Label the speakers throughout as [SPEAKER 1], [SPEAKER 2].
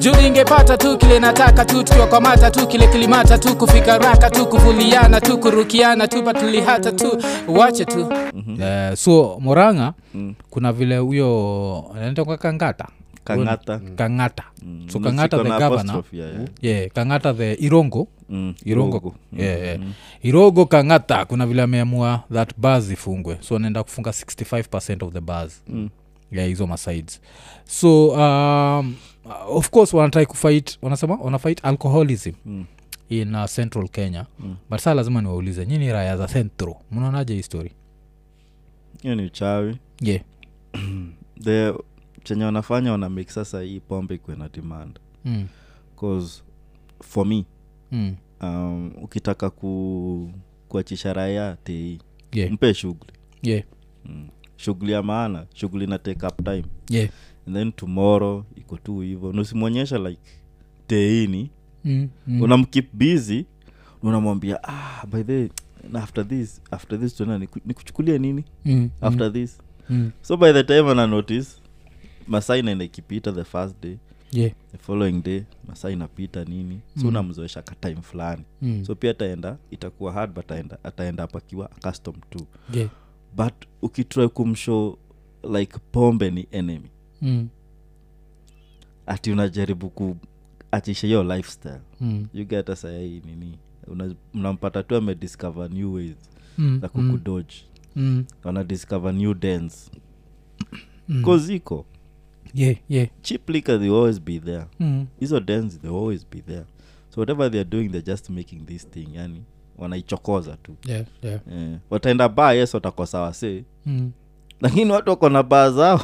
[SPEAKER 1] juu ningepata tu kile nataka tu tukiwakwamata tu kile kilimata tu kufika raka tu kuvuliana tu kurukiana tu patulihata tu wache tu mm-hmm. eh, so moranga mm. kuna vile huyo anaenda kwa kangata
[SPEAKER 2] Kang'ata.
[SPEAKER 1] kangata mm. so kangata
[SPEAKER 2] Ziko
[SPEAKER 1] the
[SPEAKER 2] na
[SPEAKER 1] governor
[SPEAKER 2] apostrophe, yeah, yeah.
[SPEAKER 1] yeah, kangata the irongo
[SPEAKER 2] Mm,
[SPEAKER 1] irongo Mm-hmm.
[SPEAKER 2] Irongo.
[SPEAKER 1] yeah, yeah. irongo kangata kuna vile ameamua that bars ifungwe so anaenda kufunga 65 of the bars mm. yeah, hizo masides so um, of course wanatrai kufight wanasema wanafight alcoholism mm in uh, central kenya mm. but saa lazima niwaulize nyini raya za centro mnaonaje hii story
[SPEAKER 2] hiyo ni uchawi
[SPEAKER 1] yeah.
[SPEAKER 2] the chenye wanafanya wana make sasa hii pombe ikuwe na demand
[SPEAKER 1] mm.
[SPEAKER 2] cause for me
[SPEAKER 1] Mm.
[SPEAKER 2] um, ukitaka ku kuachisha raya tei
[SPEAKER 1] Yeah.
[SPEAKER 2] mpe shughuli
[SPEAKER 1] Yeah.
[SPEAKER 2] shughuli ya maana shughuli na take up time
[SPEAKER 1] Yeah.
[SPEAKER 2] and then tomorrow iko tu hivo nusimwonyesha like teini
[SPEAKER 1] Mm. Mm.
[SPEAKER 2] mm. unamkip busy unamwambia ah, by the way, na after this after this tena niku- nikuchukulie nini
[SPEAKER 1] Mm.
[SPEAKER 2] after this
[SPEAKER 1] Mm.
[SPEAKER 2] so by the time ana notice masai naenda ikipita the first day
[SPEAKER 1] Yeah.
[SPEAKER 2] the following day masaa inapita nini so
[SPEAKER 1] Mm.
[SPEAKER 2] unamzoesha ka time fulani
[SPEAKER 1] Mm.
[SPEAKER 2] so pia ataenda itakuwa hard but ataenda ataenda hapa akiwa custom tu
[SPEAKER 1] Yeah.
[SPEAKER 2] but ukitry kumshow like pombe ni enemy
[SPEAKER 1] Mm.
[SPEAKER 2] ati unajaribu kuachisha hiyo lifestyle
[SPEAKER 1] Mm.
[SPEAKER 2] you get hasa hii nini Una- mnampata tu amediscover new ways
[SPEAKER 1] Mm,
[SPEAKER 2] za kukudoge
[SPEAKER 1] mm,
[SPEAKER 2] wanadiscover new dens mm. koziko
[SPEAKER 1] yeah, yeah,
[SPEAKER 2] cheap liquor they always be there
[SPEAKER 1] mm,
[SPEAKER 2] hizo dens they always be there so whatever theyare doing they're just making this thing yani wanaichokoza tu
[SPEAKER 1] yeah, yeah,
[SPEAKER 2] eh, wataenda baa yes watakosa wase
[SPEAKER 1] mm,
[SPEAKER 2] lakini watu wako na baa zao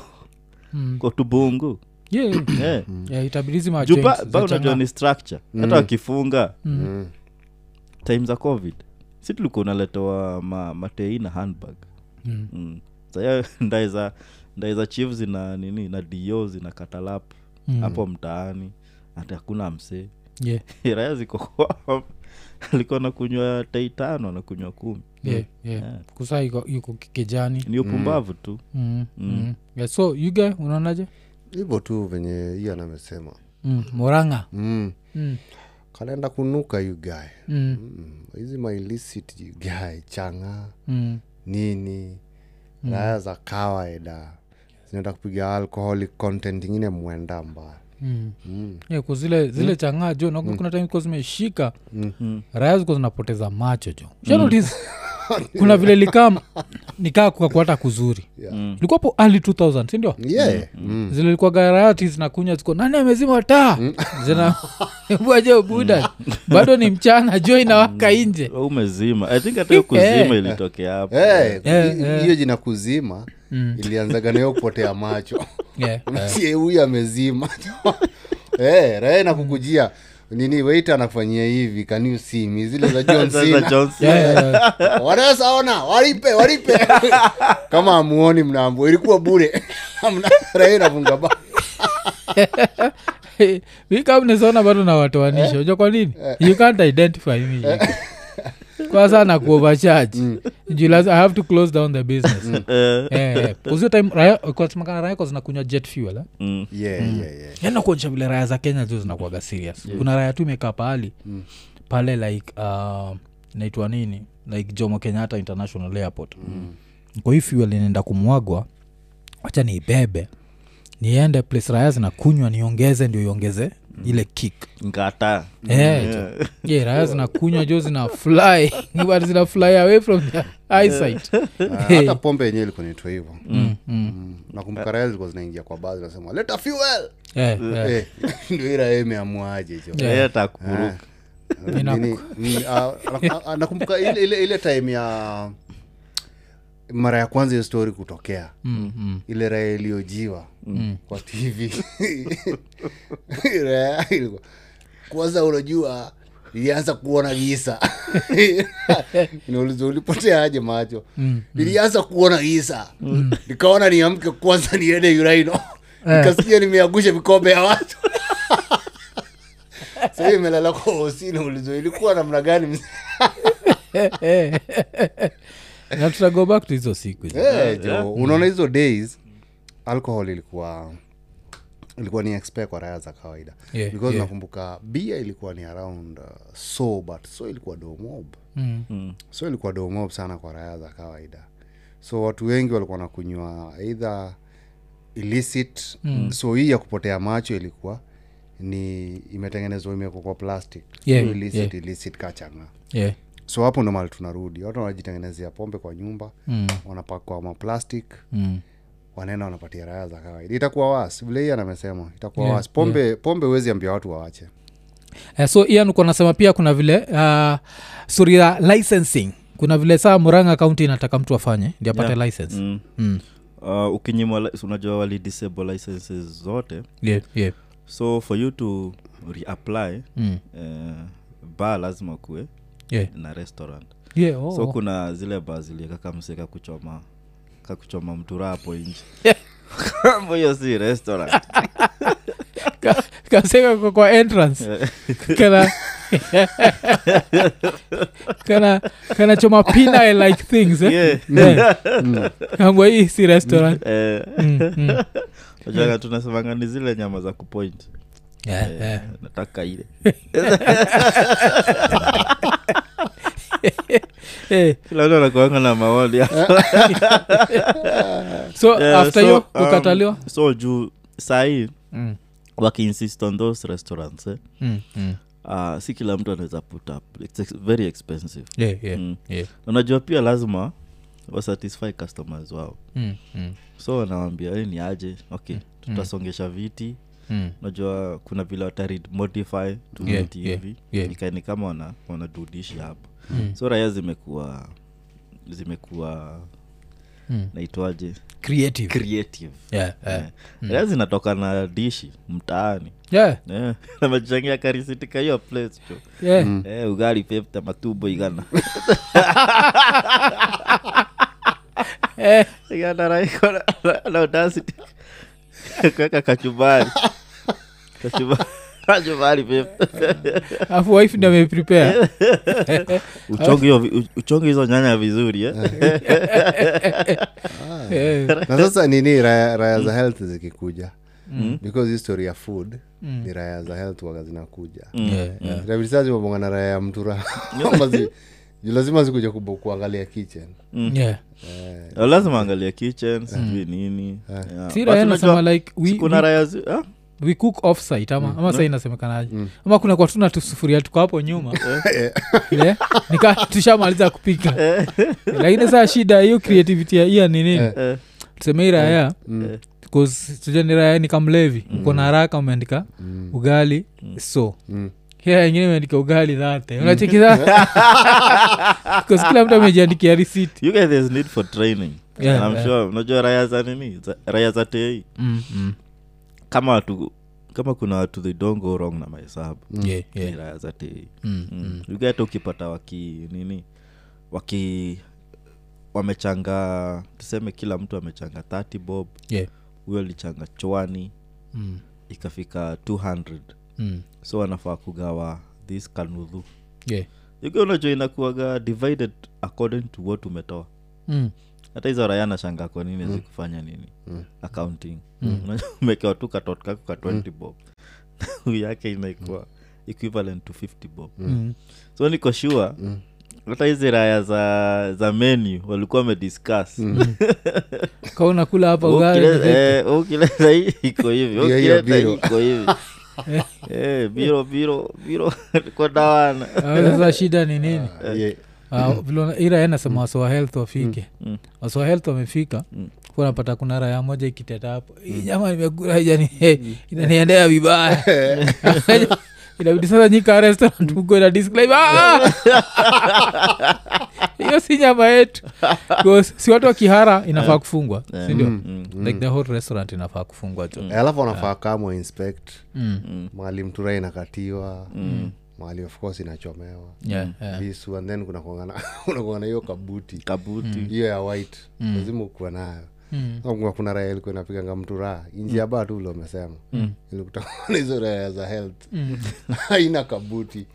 [SPEAKER 1] mm.
[SPEAKER 2] kwa tubungu
[SPEAKER 1] Yeah, yeah,
[SPEAKER 2] eh.
[SPEAKER 1] yeah, itabidi hizi ma
[SPEAKER 2] juu
[SPEAKER 1] joints
[SPEAKER 2] ba-
[SPEAKER 1] za
[SPEAKER 2] ba unajua
[SPEAKER 1] changa-
[SPEAKER 2] ni structure hata wakifunga
[SPEAKER 1] Mm.
[SPEAKER 2] time za covid si tulikuwa unaletewa ma, matei na handbag
[SPEAKER 1] Mm.
[SPEAKER 2] mm. saya ndai za ndai za chief zina nini na do zina katalap
[SPEAKER 1] Mm.
[SPEAKER 2] hapo mtaani hata hakuna msee
[SPEAKER 1] Yeah,
[SPEAKER 2] raya ziko kwao alikuwa nakunywa tai tano anakunywa kumi
[SPEAKER 1] yeah, Mm. yeah. kusaa iko iko kijani
[SPEAKER 2] ni upumbavu tu
[SPEAKER 1] mm, mm. Yeah, so yuge unaonaje
[SPEAKER 3] hivyo tu venye hiyo anamesema
[SPEAKER 1] mm. moranga
[SPEAKER 3] mm.
[SPEAKER 1] mm.
[SPEAKER 3] kanaenda kunuka you guy
[SPEAKER 1] Mm.
[SPEAKER 3] Mm, hizi mm. mailicit you guy changa
[SPEAKER 1] Mm.
[SPEAKER 3] nini mm. raya za kawaida zinaenda kupiga alcoholic content ingine mwenda mbaya
[SPEAKER 1] Mm.
[SPEAKER 3] mm.
[SPEAKER 1] Yeah, ku zile zile changaa jo na kuna time ko zimeshika raya ziko zinapoteza macho jo shanotis kuna vile likaa nikaa kukakuata kuzuri
[SPEAKER 3] Yeah.
[SPEAKER 2] Mm.
[SPEAKER 1] ilikuwa po early 2000 sindio
[SPEAKER 3] yeah mm.
[SPEAKER 1] zilikuwa garati zinakunywa ziko nani amezima taa zina bwaje buda bado ni mchana jua inawaka nje
[SPEAKER 2] Wewe umezima i think hata hiyo kuzima ilitokea hapo
[SPEAKER 3] Hey,
[SPEAKER 1] Yeah,
[SPEAKER 3] hi- hiyo jina kuzima
[SPEAKER 1] Mm.
[SPEAKER 3] ilianzaga nayo kupotea macho
[SPEAKER 1] yeah.
[SPEAKER 3] sie huyu amezima hey, rae nakukujia nini weit anakufanyia hivi can you see me zile za John
[SPEAKER 2] Sasa
[SPEAKER 3] Cena.
[SPEAKER 2] Johnson,
[SPEAKER 1] Yeah, yeah, yeah.
[SPEAKER 3] wanaweza ona walipe walipe kama amuoni mnaambua ilikuwa bure Hamna- raia inafunga ba
[SPEAKER 1] wikamnezaona bado nawatoanisha uja kwa nini you can't identify me kwa sana kuovacharge Juu lazima- i have to close down the business
[SPEAKER 2] eh,
[SPEAKER 1] Eh, eh. kuzio time raya kwa samakana raya kwa zinakunywa jet fuel eh?
[SPEAKER 2] mm,
[SPEAKER 3] yeah, yeah, yeah.
[SPEAKER 1] yani nakuonyesha Yaani vile raya za kenya zio zinakuaga serious kuna raya tu imekaa pahali pale like uh, naitwa nini like jomo kenyatta international airport mm. kwa hii fuel inaenda kumwagwa wacha niibebe niende place raya zinakunywa niongeze ndio iongeze ile kick
[SPEAKER 2] ngata
[SPEAKER 1] Eh, jo. Mm. yeah, raya zinakunywa jo zina fly but zina fly away from their eyesight
[SPEAKER 3] Ah,
[SPEAKER 1] Hey.
[SPEAKER 3] hata pombe yenyewe ilikuwa naitwa hivyo Mm. nakumbuka raia zilikuwa zinaingia kwa bazi nasema leta fuel
[SPEAKER 1] Eh, eh.
[SPEAKER 3] Eh, ndio hii raia imeamuaje hicho
[SPEAKER 1] Yeah.
[SPEAKER 2] Eh, hata kukuruka
[SPEAKER 3] Nini- mm, ah, na- ah, nakumbuka ile- ile ile time ya mara ya kwanza hiyo story kutokea
[SPEAKER 1] Mm, mm.
[SPEAKER 3] ile raya iliyojiwa kwa tv Raya ilikuwa- kwanza unajua ilianza kuona gisa inauliza ulipotea aje macho nilianza kuona gisa nikaona niamke kwanza niende uraino nikasikia nimeagusha vikombe ya watu sahii imelala kwa hosini ulizo ilikuwa namna gani mzee?
[SPEAKER 1] Eh, na tutago back Eh, to hizo siku hizo.
[SPEAKER 3] Eh, jo, unaona hizo days alcohol ilikuwa ilikuwa ni expect kwa raya za kawaida
[SPEAKER 1] Yeah,
[SPEAKER 3] because
[SPEAKER 1] yeah.
[SPEAKER 3] nakumbuka bia ilikuwa ni around uh, so but so ilikuwa domob
[SPEAKER 1] mm.
[SPEAKER 3] so ilikuwa domob sana kwa raya za kawaida so watu wengi walikuwa nakunywa either illicit mm. so hii ya kupotea macho ilikuwa ni imetengenezwa imewekwa kwa plastic
[SPEAKER 1] Yeah,
[SPEAKER 3] So illicit,
[SPEAKER 1] yeah.
[SPEAKER 3] illicit kachanga
[SPEAKER 1] yeah.
[SPEAKER 3] so hapo ndo mali tunarudi watu wanajitengenezea pombe kwa nyumba
[SPEAKER 1] mm.
[SPEAKER 3] wanapakwa maplastic
[SPEAKER 1] mm.
[SPEAKER 3] wanaenda wanapatia raya za kawaida itakuwa was vile ian amesema itakuwa yeah, was pombe yeah. pombe huwezi ambia watu waache
[SPEAKER 1] Eh, so ian uko nasema pia kuna vile uh, suri ya licensing kuna vile saa muranga kaunti inataka mtu afanye ndi apate
[SPEAKER 2] Yeah.
[SPEAKER 1] license
[SPEAKER 2] mm.
[SPEAKER 1] Mm.
[SPEAKER 2] uh, ukinyimwa li- unajua wali disable licenses zote
[SPEAKER 1] Yeah, yeah.
[SPEAKER 2] so for you to reapply
[SPEAKER 1] Mm.
[SPEAKER 2] uh, ba lazima kuwe
[SPEAKER 1] Yeah.
[SPEAKER 2] na restaurant
[SPEAKER 1] Yeah, oh,
[SPEAKER 2] so
[SPEAKER 1] oh.
[SPEAKER 2] kuna zile ba ziliekakamseka kuchoma kakuchoma mtura hapo nje Hapo hiyo si restaurant
[SPEAKER 1] Ka- kaseka kwa- kwa entrance kana kana kana choma penile like things eh?
[SPEAKER 2] Yeah. Mm.
[SPEAKER 1] yeah. kangwa hii si restaurant
[SPEAKER 2] Eh,
[SPEAKER 1] Mm, mm.
[SPEAKER 2] unajua tunasemanga ni zile nyama za kupoint Eh,
[SPEAKER 1] Yeah, yeah.
[SPEAKER 2] nataka ile
[SPEAKER 1] Eh,
[SPEAKER 2] kila mtu anakuanga na maoni Eh,
[SPEAKER 1] so
[SPEAKER 2] Yeah,
[SPEAKER 1] after
[SPEAKER 2] so,
[SPEAKER 1] hiyo
[SPEAKER 2] um,
[SPEAKER 1] ukataliwa
[SPEAKER 2] so juu sahii
[SPEAKER 1] Mm,
[SPEAKER 2] wakiinsist on those restaurants eh,
[SPEAKER 1] mm, mm.
[SPEAKER 2] uh, si kila mtu anaweza put up It's ex- very expensive
[SPEAKER 1] Yeah, yeah,
[SPEAKER 2] Mm.
[SPEAKER 1] yeah.
[SPEAKER 2] unajua pia lazima wasatisfy customers wao
[SPEAKER 1] Mm, mm,
[SPEAKER 2] so wanawambia "Eh, ni aje okay tutasongesha viti
[SPEAKER 1] mm.
[SPEAKER 2] unajua kuna vile watarid modify to
[SPEAKER 1] Yeah,
[SPEAKER 2] viti
[SPEAKER 1] yeah,
[SPEAKER 2] hivi
[SPEAKER 1] yeah.
[SPEAKER 2] ikaini kama wana wanadudishi hapo
[SPEAKER 1] Mm.
[SPEAKER 2] so raya zimekuwa zimekuwa
[SPEAKER 1] Mm. Eh.
[SPEAKER 2] naitwaje
[SPEAKER 1] creative
[SPEAKER 2] creative
[SPEAKER 1] yeah, yeah.
[SPEAKER 2] yeah.
[SPEAKER 1] Mm.
[SPEAKER 2] raya zinatoka na dishi mtaani
[SPEAKER 1] Yeah,
[SPEAKER 2] Eh, amechangia karisitika hiyo place jo
[SPEAKER 1] yeah.
[SPEAKER 2] Eh, ugali fefta matubo igana
[SPEAKER 1] Eh,
[SPEAKER 2] igana raiko na- na- na audacity kuweka kachumbari Kachumbari- kachumbari fefta
[SPEAKER 1] afu wife ndi ameprepare Eh,
[SPEAKER 2] uchonge hiyo vi- u- uchonge hizo nyanya vizuri eh?
[SPEAKER 1] Eh,
[SPEAKER 3] na sasa nini raya, raya za health zikikuja mm. because history ya food mm. ni raya za health waga zinakuja mm.
[SPEAKER 1] yeah, yeah.
[SPEAKER 3] na raya ya mtura Ama zi- ju lazima zikuja kubu- kuangalia kitchen
[SPEAKER 1] Yeah.
[SPEAKER 2] Eh, lazima angalia kitchen sijui nini Yeah.
[SPEAKER 1] Eh. si
[SPEAKER 2] But
[SPEAKER 1] raya
[SPEAKER 2] unajua,
[SPEAKER 1] nasema like we,
[SPEAKER 2] kuna raya zi- ah?
[SPEAKER 1] we cook offsite ama, ama saa inasemekanaje ama kuna kwa tuna tusufuria tuko hapo nyuma
[SPEAKER 2] Eh.
[SPEAKER 1] yeah. nika tushamaliza kupika lakini saa shida hiyo creativity ya iya ni nini
[SPEAKER 2] Eh.
[SPEAKER 1] tuseme hii raya tujani raya ni kamlevi uko na haraka umeandika
[SPEAKER 3] Mm.
[SPEAKER 1] ugali so hea ingine imeandika ugali dhate unachekiza Because kila mtu amejiandikia risiti
[SPEAKER 2] you guys there's need for training
[SPEAKER 1] Yeah,
[SPEAKER 2] And I'm
[SPEAKER 1] yeah.
[SPEAKER 2] sure unajua raya za nini za- raya za tei
[SPEAKER 1] Mm, mm.
[SPEAKER 2] kama watu kama kuna watu they don't go wrong na mahesabu
[SPEAKER 1] Yeah, yeah.
[SPEAKER 2] ni raya za tei
[SPEAKER 1] Mm, mm.
[SPEAKER 2] ugata ukipata waki nini waki wamechanga tuseme kila mtu amechanga 30 bob
[SPEAKER 1] Yeah.
[SPEAKER 2] huyo alichanga chwani
[SPEAKER 1] Mm,
[SPEAKER 2] ikafika 200
[SPEAKER 1] mm.
[SPEAKER 2] so wanafaa kugawa this kanudhu
[SPEAKER 1] Yeah.
[SPEAKER 2] uga unajua inakuaga divided according to what umetoa
[SPEAKER 1] Mm.
[SPEAKER 2] hata hizo raya nashanga kwa nini zikufanya nini accounting
[SPEAKER 1] Mm.
[SPEAKER 2] Unajua umekewa tu katot kako ka 20 bob Huyu yake inaikuwa equivalent to 50 bob
[SPEAKER 1] Mm.
[SPEAKER 2] so niko sure
[SPEAKER 3] Mm.
[SPEAKER 2] hata hizi raya za za menu walikuwa wamediscuss
[SPEAKER 3] Mm.
[SPEAKER 1] Kama unakula hapa ugali
[SPEAKER 2] Ukileta- eh, ukileta hii iko hivi
[SPEAKER 3] Hiyo- hiyo
[SPEAKER 2] ukileta hii
[SPEAKER 3] biro.
[SPEAKER 2] iko hivi Eh, biro biro biro kwa dawana
[SPEAKER 1] Ah, sasa shida ni nini
[SPEAKER 3] Yeah.
[SPEAKER 1] Ah, vile una- ira anasema wase wa health wafike
[SPEAKER 2] Mm.
[SPEAKER 1] wase wa health wamefika huwa napata kuna raya moja ikiteta hapo
[SPEAKER 2] Mm.
[SPEAKER 1] "Hii jamaa nimekula ijani hey, inaniendea vibaya inabidi sasa nyika restaurant mko ina disclaim, "Ah!" hiyo si nyama yetu 'Cause si watu wa kihara
[SPEAKER 2] Eh.
[SPEAKER 1] inafaa kufungwa sindio
[SPEAKER 2] Mm.
[SPEAKER 1] like the whole restaurant inafaa kufungwa jo
[SPEAKER 3] Eh, alafu wanafaa kamwa inspect
[SPEAKER 1] Mm.
[SPEAKER 3] mahali mtura inakatiwa mm. mahali of course inachomewa
[SPEAKER 1] Yeah,
[SPEAKER 2] Mm.
[SPEAKER 1] yeah.
[SPEAKER 3] visu and then kunakuangana hiyo kabuti
[SPEAKER 1] Mm.
[SPEAKER 2] kabuti
[SPEAKER 3] hiyo ya white lazima ukuwa nayo mm. kuna raya ilikuwa inapiganga mtu raha nji ya baa tu ule umesema mm. ilikutakana hizo raya za health haina kabuti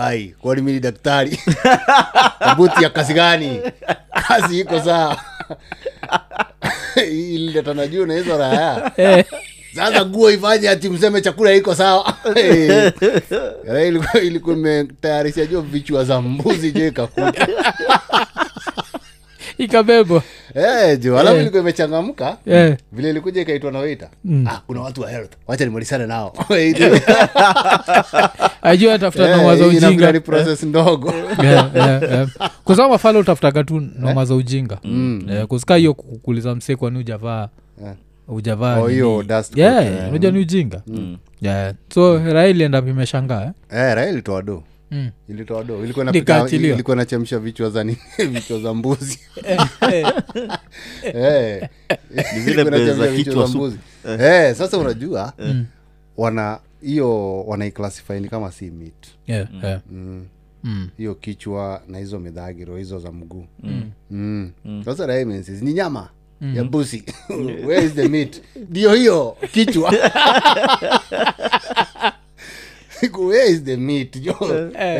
[SPEAKER 3] ai kwani mi ni daktari kabuti ya kazi gani kazi iko saa ililetana juu na hizo raya
[SPEAKER 1] Eh,
[SPEAKER 3] sasa guo ifanye ati mseme chakula iko sawa Eh, eh, ilikuwa- ilikuwa imetayarisha jo vichwa za mbuzi jo ikakuta
[SPEAKER 1] ikabebwa
[SPEAKER 2] Mm.
[SPEAKER 3] Eh, jo alafu
[SPEAKER 1] Eh.
[SPEAKER 3] ilikuwa imechangamka
[SPEAKER 1] Eh.
[SPEAKER 3] vile ilikuja ikaitwa na waita
[SPEAKER 1] Mm.
[SPEAKER 3] ah, kuna watu wa health wacha nimalisane nao
[SPEAKER 1] ajua atafuta
[SPEAKER 3] Eh,
[SPEAKER 1] noma za
[SPEAKER 3] hii inakuwa ni
[SPEAKER 1] ujinga Eh.
[SPEAKER 3] process ndogo
[SPEAKER 1] Yeah, yeah, yeah. kwa sababu mafala utafutaga tu noma za ujinga Eh, kusika hiyo kukuliza msee kwani ujavaa
[SPEAKER 3] Mm. Eh.
[SPEAKER 1] ujavaa
[SPEAKER 3] Oh, hiyo
[SPEAKER 1] nini.
[SPEAKER 3] dust coat,
[SPEAKER 1] Yeah,
[SPEAKER 3] eh. Mm.
[SPEAKER 1] unajua ni ujinga Yeah. so raha ilienda imeshangaa eh?
[SPEAKER 3] eh, raha ilitoa do
[SPEAKER 1] Mm.
[SPEAKER 3] ilitoa do ilikuwa inapika-
[SPEAKER 1] Nikaachiliwa.
[SPEAKER 3] ilikuwa nachemsha vichwa za nini vichwa za mbuzi
[SPEAKER 1] eh.
[SPEAKER 3] Eh, ilikuwa
[SPEAKER 2] pesa
[SPEAKER 3] inachemsha
[SPEAKER 2] za
[SPEAKER 3] vichwa
[SPEAKER 2] kichwa
[SPEAKER 3] za
[SPEAKER 2] supu.
[SPEAKER 3] mbuzi. Eh, sasa unajua
[SPEAKER 1] Mm.
[SPEAKER 3] wana hiyo wanaiclassifaini kama si mit
[SPEAKER 1] Yeah, yeah. Mm.
[SPEAKER 3] hiyo kichwa na hizo midhagiro hizo za mguu mm. Mm. sasa raha imensis ni nyama ya mbuzi where is the meat ndio hiyo kichwa Iko, where is the meat jo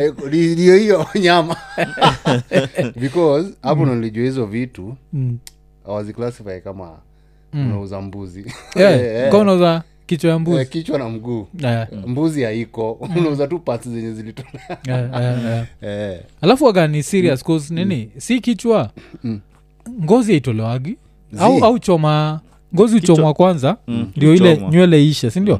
[SPEAKER 3] Iko, ni- ndio hiyo nyama because hapo nilijua hizo vitu
[SPEAKER 1] Mm.
[SPEAKER 3] awaziclassify kama unauza mbuzi
[SPEAKER 1] Yeah,
[SPEAKER 3] Mm. Eh, eh.
[SPEAKER 1] kama unauza kichwa ya
[SPEAKER 3] Eh,
[SPEAKER 1] mbuzi
[SPEAKER 3] kichwa na mguu
[SPEAKER 1] Yeah,
[SPEAKER 3] mbuzi haiko unauza tu pasi zenye zilitoa
[SPEAKER 1] yeah, yeah, yeah.
[SPEAKER 3] Mm. eh.
[SPEAKER 1] alafu waga ni serious cause nini si kichwa ngozi aitolewagi au, au choma ngozi uchomwa kwanza ndio ile
[SPEAKER 2] Huchomwa.
[SPEAKER 1] nywele ishe sindio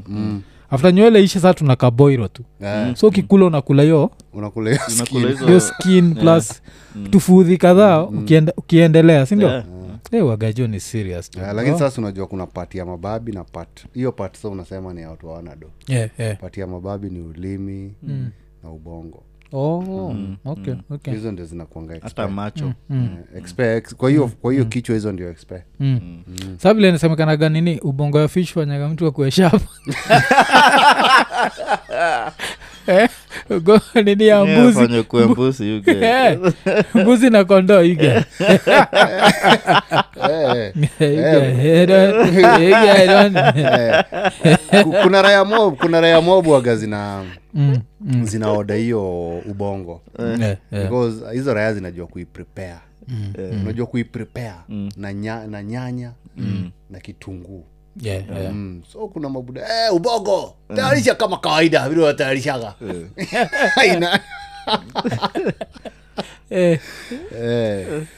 [SPEAKER 1] after nywele ishe saa tuna kaboiro tu
[SPEAKER 3] Eh,
[SPEAKER 1] so ukikula unakula hiyo
[SPEAKER 3] unakula hiyo skin.
[SPEAKER 2] Unakula hizo-
[SPEAKER 1] hiyo skin plus tufudhi kadhaa ukiende- ukiendelea sindio
[SPEAKER 2] Yeah.
[SPEAKER 3] Mm.
[SPEAKER 1] yeah. wagajo ni serious Oh. tu.
[SPEAKER 3] Eh, lakini sasa unajua kuna pati ya mababi na pat hiyo pati sa unasema ni ya watu hawana do
[SPEAKER 1] Yeah, yeah.
[SPEAKER 3] pati ya mababi ni ulimi mm. na ubongo
[SPEAKER 1] Oh, okay, okay.
[SPEAKER 3] hizo ndio zinakuanga expe-
[SPEAKER 2] hata macho
[SPEAKER 3] eh, expe- ex- kwa hiyo kwa hiyo kichwa hizo ndio expe
[SPEAKER 1] Mm. sa vile nasemekanaga nini ubongo ya fish fanyaga mtu akueshapa Eh? nini ya
[SPEAKER 2] Yeah,
[SPEAKER 1] mbuzi
[SPEAKER 2] fanya kuwe Eh, mbuzi, you get.
[SPEAKER 1] Eh, mbuzi na kondoo iga
[SPEAKER 3] Eh, eh, ku- kuna raya mob kuna raya mob waga zina mm. zinaoda hiyo ubongo because hizo raya zinajua kuiprepare Eh, unajua kuiprepare na, nya, na nyanya na kitunguu mm. so kuna mabuda eh, ubogo tayarisha kama kawaida vile watayarishaga Ina- eh,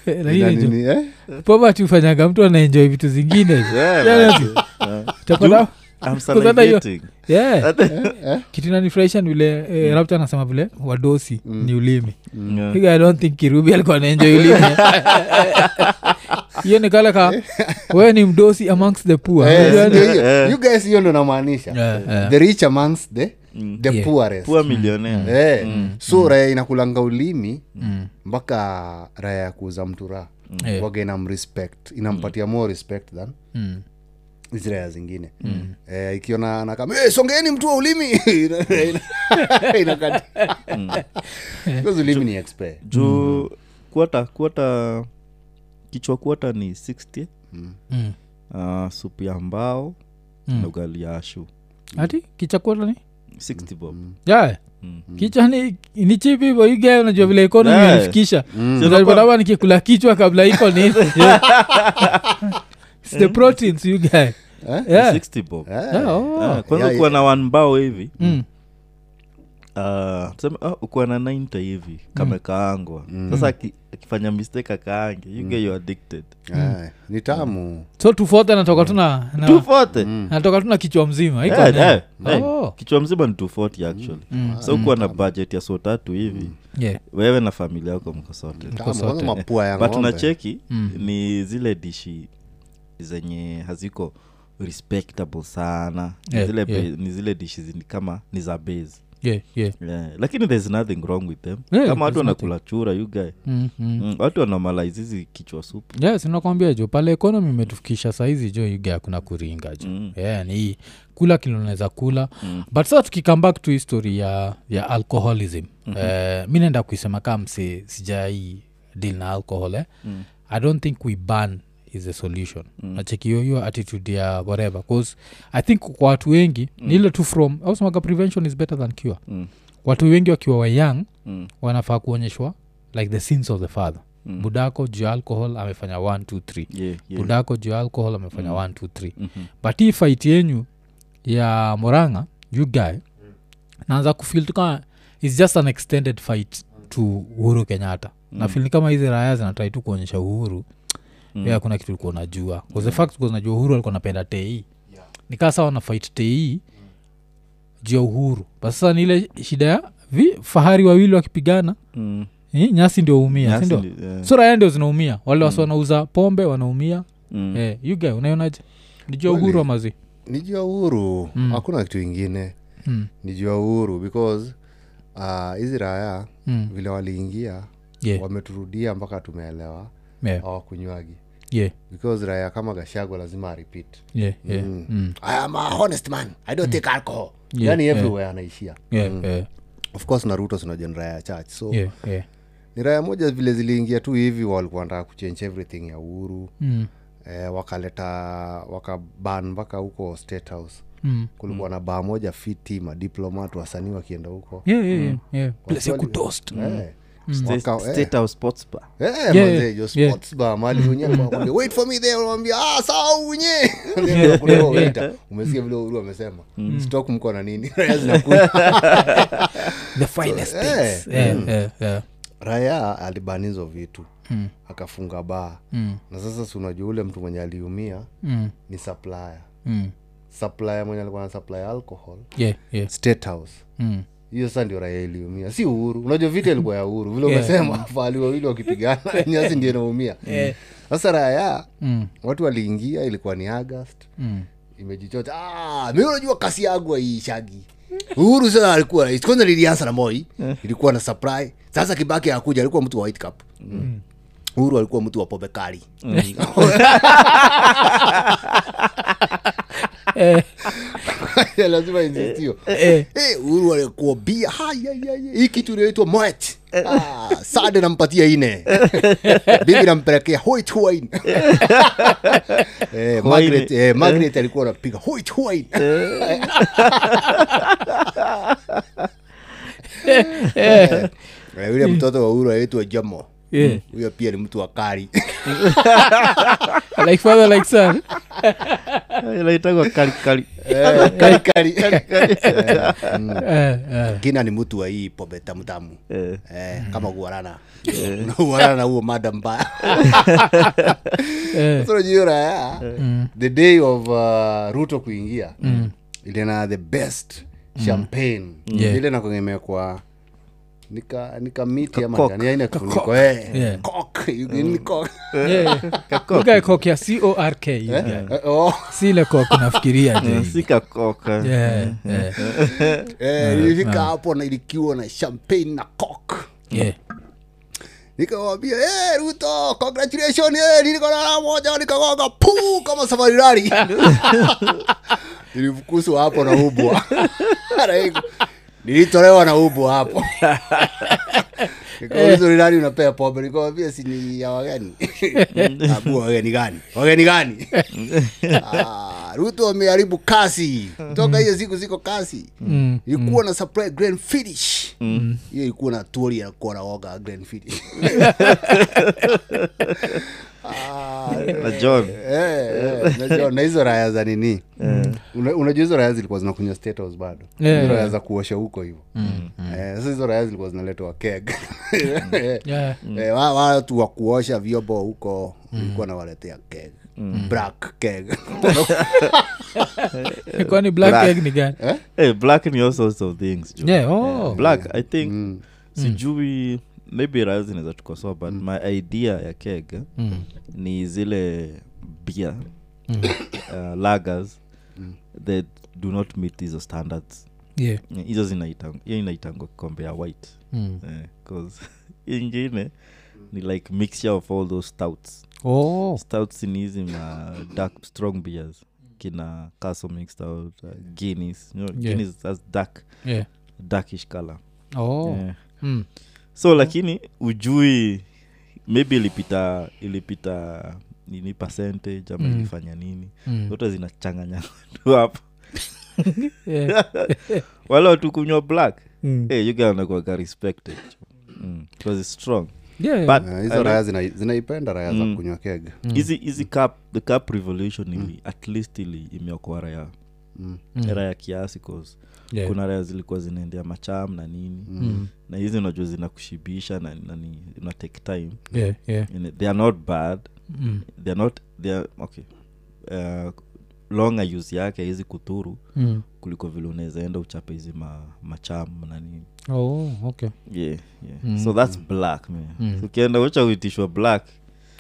[SPEAKER 3] ina nini, eh?
[SPEAKER 1] povati ufanyaga mtu anaenjoi vitu zingine
[SPEAKER 2] Yeah,
[SPEAKER 1] Yeah,
[SPEAKER 2] man. Eh.
[SPEAKER 1] Utapata-
[SPEAKER 2] I'm
[SPEAKER 1] Because hata hiyo-
[SPEAKER 2] salivating.
[SPEAKER 1] yeah.
[SPEAKER 3] Eh,
[SPEAKER 1] kitu inanifurahisha ni vile
[SPEAKER 3] Mm.
[SPEAKER 1] eh, rapta anasema vile wadosi ni ulimi
[SPEAKER 2] Yeah.
[SPEAKER 1] Higa, i don't think kirubi alikuwa naenjoi ulimi hiyo ni kale ka wewe ni mdosi amongst the poor
[SPEAKER 3] Eh,
[SPEAKER 1] Unajua
[SPEAKER 3] ndio
[SPEAKER 1] ni- Eh.
[SPEAKER 3] hiyo.
[SPEAKER 2] Eh.
[SPEAKER 3] You guys hiyo ndo namaanisha
[SPEAKER 1] Yeah, yeah.
[SPEAKER 3] the rich amongst the, the
[SPEAKER 1] Yeah.
[SPEAKER 3] poorest
[SPEAKER 2] Poor
[SPEAKER 1] Mm.
[SPEAKER 2] millionaire.
[SPEAKER 3] Eh, so raya inakulanga ulimi mpaka raya ya kuuza mtu raha
[SPEAKER 1] Eh.
[SPEAKER 3] waga inamrespect inampatia more respect than
[SPEAKER 1] Mm.
[SPEAKER 3] hizi raya zingine eh, ikiona nakam hey, songeeni mtu wa ulimi Ina- ina- inakata.
[SPEAKER 1] Mm.
[SPEAKER 3] Because ulimi ni expert
[SPEAKER 2] juu kuota kuota kichwa kuota ni 60
[SPEAKER 1] Mm.
[SPEAKER 2] uh, supu ya mbao na ugali ya ashu
[SPEAKER 1] ati kichakura ni
[SPEAKER 2] 60 bob
[SPEAKER 1] yeah.
[SPEAKER 2] Mm.
[SPEAKER 1] kichwa ni, ni chipi hivo iga unajua vile ikonomi
[SPEAKER 2] Yeah.
[SPEAKER 1] ilifikisha
[SPEAKER 2] So unakuwa-
[SPEAKER 1] aa nikikula kichwa kabla iko ni Eh. It's the proteins you guy
[SPEAKER 3] Eh?
[SPEAKER 1] Yeah.
[SPEAKER 2] 60 bob
[SPEAKER 3] Eh,
[SPEAKER 1] Yeah, oh.
[SPEAKER 2] Ah, kwanza
[SPEAKER 3] Yeah,
[SPEAKER 2] ukiwa na one mbao hivi
[SPEAKER 1] Mm.
[SPEAKER 2] ah, tuseme ah, ukiwa na 90 hivi
[SPEAKER 1] Mm.
[SPEAKER 2] kamekaangwa sasa aki- akifanya mistake akaange you get you addicted
[SPEAKER 3] eh, ni tamu
[SPEAKER 1] so tufote natoka tuna na,
[SPEAKER 2] 240
[SPEAKER 1] natoka tuna kichwa mzima Ah. iko
[SPEAKER 2] Eh,
[SPEAKER 1] ni-
[SPEAKER 2] eh, eh.
[SPEAKER 1] Oh. Mm.
[SPEAKER 2] kichwa mzima ni 240 actually so ukiwa na budget ya so tatu hivi
[SPEAKER 1] Yeah.
[SPEAKER 2] wewe na familia yako mko sote
[SPEAKER 3] Tamu, kwanza mapua ya
[SPEAKER 2] but
[SPEAKER 3] ng'ombe.
[SPEAKER 2] unacheki
[SPEAKER 1] Mm.
[SPEAKER 2] ni zile dishi zenye haziko respectable sana Ni
[SPEAKER 1] Yeah,
[SPEAKER 2] zile
[SPEAKER 1] yeah.
[SPEAKER 2] ba- ni zile dishi zi- kama ni za base
[SPEAKER 1] Yeah, yeah.
[SPEAKER 2] yeah. lakini there's nothing wrong with them
[SPEAKER 1] Yeah,
[SPEAKER 2] kama watu
[SPEAKER 1] there's
[SPEAKER 2] wanakula chura you guy
[SPEAKER 1] Mm, mm.
[SPEAKER 2] mm. watu wanamalaize hizi kichwa supu
[SPEAKER 1] yes nakwambia jo pale ekonomi imetufikisha saizi jo iga kuna kuringa jo mm. yeah, ni hii kula kile unaweza kula mm. but sasa tukikam back to history ya, ya alcoholism mm-hmm. eh, mi naenda kuisema kaa mse sijai deal na alcohol eh? mm. i don't think we ban is a solution mm. nachekiohiyo attitude ya whatever bcause i think kwa watu wengi mm. niile tu from ausemaga prevention is better than cure
[SPEAKER 2] Mm.
[SPEAKER 1] watu wengi wakiwa wa young
[SPEAKER 2] Mm.
[SPEAKER 1] wanafaa kuonyeshwa like the sins of the father mm. budako juu ya alcohol amefanya 1 2 3
[SPEAKER 2] yeah, yeah.
[SPEAKER 1] Mm-hmm. budako juu ya alcohol amefanya 1 2 3 but hii fight yenyu ya moranga you guy naanza kufil tukaa its just an extended fight to uhuru kenyatta mm. nafil ni kama hizi raya zinatai tu kuonyesha uhuru mm. yeah, kuna kitu likuwa najua mm. the fact because najua uhuru alikuwa napenda tei yeah. Mm. nikaa sawa na fight tei juu ya uhuru but sasa ni ile shida ya vi fahari wawili wakipigana
[SPEAKER 2] Mm.
[SPEAKER 1] eh, nyasi ndio umia
[SPEAKER 2] Nyasi
[SPEAKER 1] sindio
[SPEAKER 2] ndi- yeah.
[SPEAKER 1] so raya Eh. ndio zinaumia wale wasi wanauza pombe wanaumia
[SPEAKER 2] Mm.
[SPEAKER 1] eh, you guy unaionaje nijua uhuru wa mazi
[SPEAKER 3] ni juu ya uhuru
[SPEAKER 1] Hmm.
[SPEAKER 3] hakuna kitu ingine
[SPEAKER 1] Mm.
[SPEAKER 3] ni juu ya uhuru because ah, hizi uh, raya
[SPEAKER 1] Mm.
[SPEAKER 3] vile waliingia
[SPEAKER 1] yeah.
[SPEAKER 3] wameturudia mpaka tumeelewa
[SPEAKER 1] yeah.
[SPEAKER 3] hawakunywagi
[SPEAKER 1] yeah.
[SPEAKER 3] because raya kama gashago lazima arepeat
[SPEAKER 1] yeah. yeah. mm.
[SPEAKER 3] I am a honest man i don't take alcohol
[SPEAKER 1] Yeah,
[SPEAKER 3] yani
[SPEAKER 1] yeah.
[SPEAKER 3] everywhere anaishia Hmm.
[SPEAKER 1] yeah.
[SPEAKER 2] Mm.
[SPEAKER 1] yeah.
[SPEAKER 3] of course naruto sinajon raya ya church so
[SPEAKER 1] yeah. yeah.
[SPEAKER 3] ni raya moja vile ziliingia tu hivi walikuwa nataka kuchange everything ya uhuru
[SPEAKER 1] mm.
[SPEAKER 3] eh, wakaleta wakaban mpaka huko state house
[SPEAKER 1] mm.
[SPEAKER 3] kulikuwa na baa moja fiti madiplomat wasanii wakienda huko
[SPEAKER 1] yeah, yeah,
[SPEAKER 2] Mm.
[SPEAKER 1] yeah, yeah. place ya
[SPEAKER 3] Waswali-
[SPEAKER 1] kutoast
[SPEAKER 3] Eh.
[SPEAKER 2] State-
[SPEAKER 3] Waka- eh.
[SPEAKER 2] State House Sports Bar.
[SPEAKER 3] Eh,
[SPEAKER 1] Mm. yeah, Mm.
[SPEAKER 3] manze, hiyo
[SPEAKER 1] yeah.
[SPEAKER 3] sports bar, mahali wenyewe walikuwa wanakwambia, "Wait for me there," wanamwambia, "Ah, sawa, unye." Kuna huo waiter. umesikia vile uru amesema
[SPEAKER 2] Mm.
[SPEAKER 3] stok mko na nini raya zinakuja
[SPEAKER 1] the finest
[SPEAKER 3] Eh,
[SPEAKER 1] things yeah,
[SPEAKER 2] Mm.
[SPEAKER 1] yeah, yeah.
[SPEAKER 3] raya alibanizo vitu akafunga baa na sasa si unajua ule mtu mwenye aliumia
[SPEAKER 1] Mm.
[SPEAKER 3] ni supplier
[SPEAKER 1] Mm.
[SPEAKER 3] supplier mwenye alikuwa na supply alcohol
[SPEAKER 1] yeah, yeah.
[SPEAKER 3] state house
[SPEAKER 1] Mm.
[SPEAKER 3] hiyo saa ndio raia iliumia si uhuru unajua vita ilikuwa ya uhuru vile umesema fahali wawili wakipigana nyasi ndio inaumia sasa raya
[SPEAKER 1] Mm.
[SPEAKER 3] watu waliingia ilikuwa ni agast
[SPEAKER 1] Mm.
[SPEAKER 3] imejichota ah, mi unajua kasi yangu aishagi uhuru sasa alikuwa rais kwanza lilianza na moi ilikuwa na supply sasa kibaki akuja alikuwa mtu wa white cup
[SPEAKER 1] Mm.
[SPEAKER 3] uhuru alikuwa mtu wa pombe kali lazima insistio
[SPEAKER 1] Eh,
[SPEAKER 3] Eh, uhuru alikuwa bia haya, haya, haya. hii kitu inaitwa mwet ah, sade nampatia ine bibi nampelekea hoit wine eh, Margaret, eh, Margaret alikuwa anapiga hoit wine Eh, eh, yule mtoto wa uhuru anaitwa jamo
[SPEAKER 1] yeah.
[SPEAKER 3] huyo pia ni mtu wa kari
[SPEAKER 1] like father like son
[SPEAKER 2] Eh, inaitangwa kali- kali.
[SPEAKER 3] Eh, kari kari
[SPEAKER 1] Eh, eh.
[SPEAKER 3] kina ni mtu wa hii pombe tamtamu
[SPEAKER 2] Eh,
[SPEAKER 3] eh,
[SPEAKER 1] Mm.
[SPEAKER 3] kama kuwarana uwarana na huo mada mbaya
[SPEAKER 1] Eh.
[SPEAKER 3] Sasa unajua raya
[SPEAKER 1] Mm.
[SPEAKER 3] the day of uh, ruto kuingia ile na the best champagne
[SPEAKER 1] Mm. Yeah.
[SPEAKER 3] ile nakugemea kwa nika nika miti ama
[SPEAKER 2] Kakok.
[SPEAKER 3] gani aina ya kifuniko eh
[SPEAKER 1] Yeah. Mm.
[SPEAKER 3] cock you can cock
[SPEAKER 1] Yeah. You guy cock ya cork you guy.
[SPEAKER 3] Eh, oh
[SPEAKER 1] si ile cock unafikiria
[SPEAKER 2] eh,
[SPEAKER 1] je
[SPEAKER 2] si Mm. kakoka
[SPEAKER 1] Yeah, yeah,
[SPEAKER 3] eh ilifika hapo na ilikiwa na champagne na cock
[SPEAKER 1] yeah.
[SPEAKER 2] Eh.
[SPEAKER 3] nikamwambia hey, ruto congratulation hey, niko na raha moja nikagonga pu kama safari rari nilifukuswa hapo na ubwa Raigo. nilitolewa na ubwa hapo nikaulizwa ni nani unapea pombe nikamwambia si ni ya wageni abu wageni gani wageni gani ah, ruto ameharibu kasi toka hiyo siku ziko kasi
[SPEAKER 1] Mm.
[SPEAKER 3] ilikuwa na supply grand finish hiyo ilikuwa na tori alikuwa naoga grand finish Ah,
[SPEAKER 2] na john
[SPEAKER 3] eh, eh, unajua, na hizo raya za nini Una- unajua hizo raya zilikuwa zinakunywa state house bado
[SPEAKER 1] Yeah.
[SPEAKER 3] hizo raya za kuosha huko hivo Eh, sasa hizo raya zilikuwa zinaletwa keg Eh,
[SPEAKER 1] Yeah.
[SPEAKER 3] eh, wa- watu wa kuosha vyombo huko ilikuwa nawaletea keg black keg Eh,
[SPEAKER 1] kwani black
[SPEAKER 2] Eh. Black.
[SPEAKER 1] egg ni gani
[SPEAKER 2] Eh, black ni all sorts of things John.
[SPEAKER 1] yeah, oh. Mm.
[SPEAKER 2] black i think sijui maybe raha zinaweza tukosoa but my idea ya keg eh,
[SPEAKER 1] Mm.
[SPEAKER 2] ni zile bia uh, lagers
[SPEAKER 1] Mm.
[SPEAKER 2] that do not meet hizo standards
[SPEAKER 1] yeah.
[SPEAKER 2] Eh, hizo zinaitang- hiyo inaitangwa kikombe ya white
[SPEAKER 1] Mm.
[SPEAKER 2] Eh, 'cause ingine ni like mixture of all those stouts
[SPEAKER 1] Oh.
[SPEAKER 2] stouts ni hizi ma dark strong beers kina castle mixed out uh, guinness you know,
[SPEAKER 1] Yeah.
[SPEAKER 2] guinness has dark
[SPEAKER 1] Yeah.
[SPEAKER 2] darkish color
[SPEAKER 1] Oh.
[SPEAKER 2] Eh.
[SPEAKER 1] Mm.
[SPEAKER 2] so lakini ujui maybe ilipita ilipita nini percentage ama
[SPEAKER 1] Mm.
[SPEAKER 2] ilifanya nini
[SPEAKER 1] Mm.
[SPEAKER 2] zote zinachanganya tu hapo
[SPEAKER 1] Yeah.
[SPEAKER 2] wale watu kunywa black
[SPEAKER 1] Mm.
[SPEAKER 2] hey, you guys wanakuwaga respected mm. because it's strong
[SPEAKER 1] Yeah.
[SPEAKER 2] but
[SPEAKER 3] Eh, hizo raya zina- zinaipenda raya za
[SPEAKER 2] Mm.
[SPEAKER 3] kunywa keg
[SPEAKER 2] hizi hizi cup the cup revolution ili at least ili imeokoa raya hera ya kiasi cause
[SPEAKER 1] Yeah.
[SPEAKER 2] kuna raya zilikuwa zinaendea macham na nini mm. na hizi unajua zinakushibisha na, na ni, una take time
[SPEAKER 1] yeah, yeah.
[SPEAKER 2] And they are not bad
[SPEAKER 1] Mm.
[SPEAKER 2] they are not they are, okay uh, longa use yake hizi kudhuru
[SPEAKER 1] Mm.
[SPEAKER 2] kuliko vile unawezaenda uchape hizi ma, macham na nini
[SPEAKER 1] Oh, okay.
[SPEAKER 2] yeah, yeah. Mm. so that's black man mm. ukienda ucha uitishwa black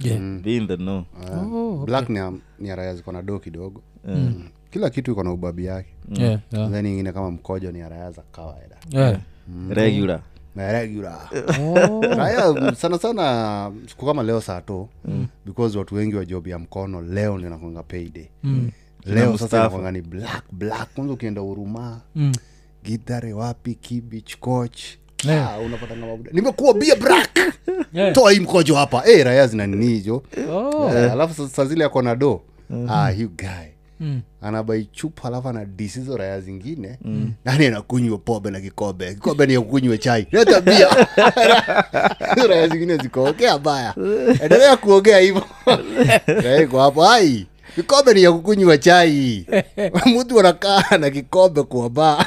[SPEAKER 1] Yeah.
[SPEAKER 2] be in the know
[SPEAKER 1] Oh,
[SPEAKER 3] Eh, black ni, am- ni araya ziko na doo kidogo mm. kila kitu iko na ubabi yake
[SPEAKER 1] Yeah, yeah.
[SPEAKER 3] then ingine kama mkojo ni araya za kawaida
[SPEAKER 1] Yeah.
[SPEAKER 2] Mm. regular
[SPEAKER 3] Na regular
[SPEAKER 1] Oh,
[SPEAKER 3] raya sana sana siku kama leo saa tu
[SPEAKER 1] Mm.
[SPEAKER 3] because watu wengi wa job ya mkono leo ndio nakwanga payday
[SPEAKER 1] Mm.
[SPEAKER 3] leo sasa nakwanga ni black black kwanza ukienda huruma
[SPEAKER 1] mm.
[SPEAKER 3] gitare wapi kibich coach
[SPEAKER 1] Yeah.
[SPEAKER 3] Ah, unapatanga mabuda nimekuwa bia black
[SPEAKER 1] Yeah.
[SPEAKER 3] toa hii mkojo hapa hey, raya zinaninijo
[SPEAKER 1] Oh. Mm-hmm.
[SPEAKER 3] Eh, alafu sa- saa zile ako na do ah, you guy
[SPEAKER 1] Mm.
[SPEAKER 3] anabai chupa alafu ana disizo raya zingine mm. nani anakunywa pombe na kikombe kikombe ni akunywe chai leta bia raya zingine zikoongea baya endelea kuongea hivo raya iko hapo ai kikombe ni ya kukunywa chai mtu anakaa na kikombe kwa baa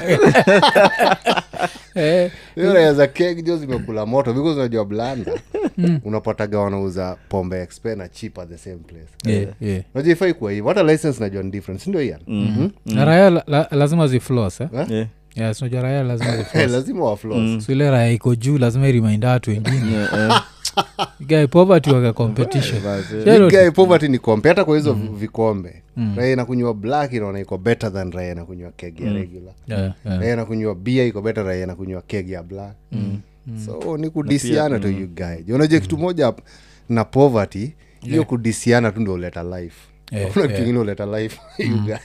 [SPEAKER 1] Eh,
[SPEAKER 3] hiyo raya za keg jo zimekula moto because unajua blanda unapataga wanauza pombe exp na chip at the same place
[SPEAKER 1] yeah, yeah.
[SPEAKER 3] unajua ifai kuwa hivyo hata license najua ni different sindio ian
[SPEAKER 1] Na raya la, la, lazima ziflos eh?
[SPEAKER 3] Eh?
[SPEAKER 2] yeah.
[SPEAKER 1] yeah, sinajua raya lazima ziflos
[SPEAKER 3] Eh, lazima waflos
[SPEAKER 1] So ile raya iko juu lazima irimainda watu wengine gae poverty waka competition Yeah, no,
[SPEAKER 3] guy poverty ni kombe hata kwa hizo vikombe
[SPEAKER 1] Mm.
[SPEAKER 3] raya inakunywa black inaona iko better than raya inakunywa keg ya regular
[SPEAKER 1] yeah, yeah.
[SPEAKER 3] raya inakunywa bia iko better raya inakunywa keg ya black
[SPEAKER 1] Mm.
[SPEAKER 3] so ni kudisiana tu you guy Jo, unajua kitu moja na poverty hiyo kudisiana tu ndio uleta life
[SPEAKER 1] Yeah, Mm,
[SPEAKER 3] kuna kitu ingine uleta life you guy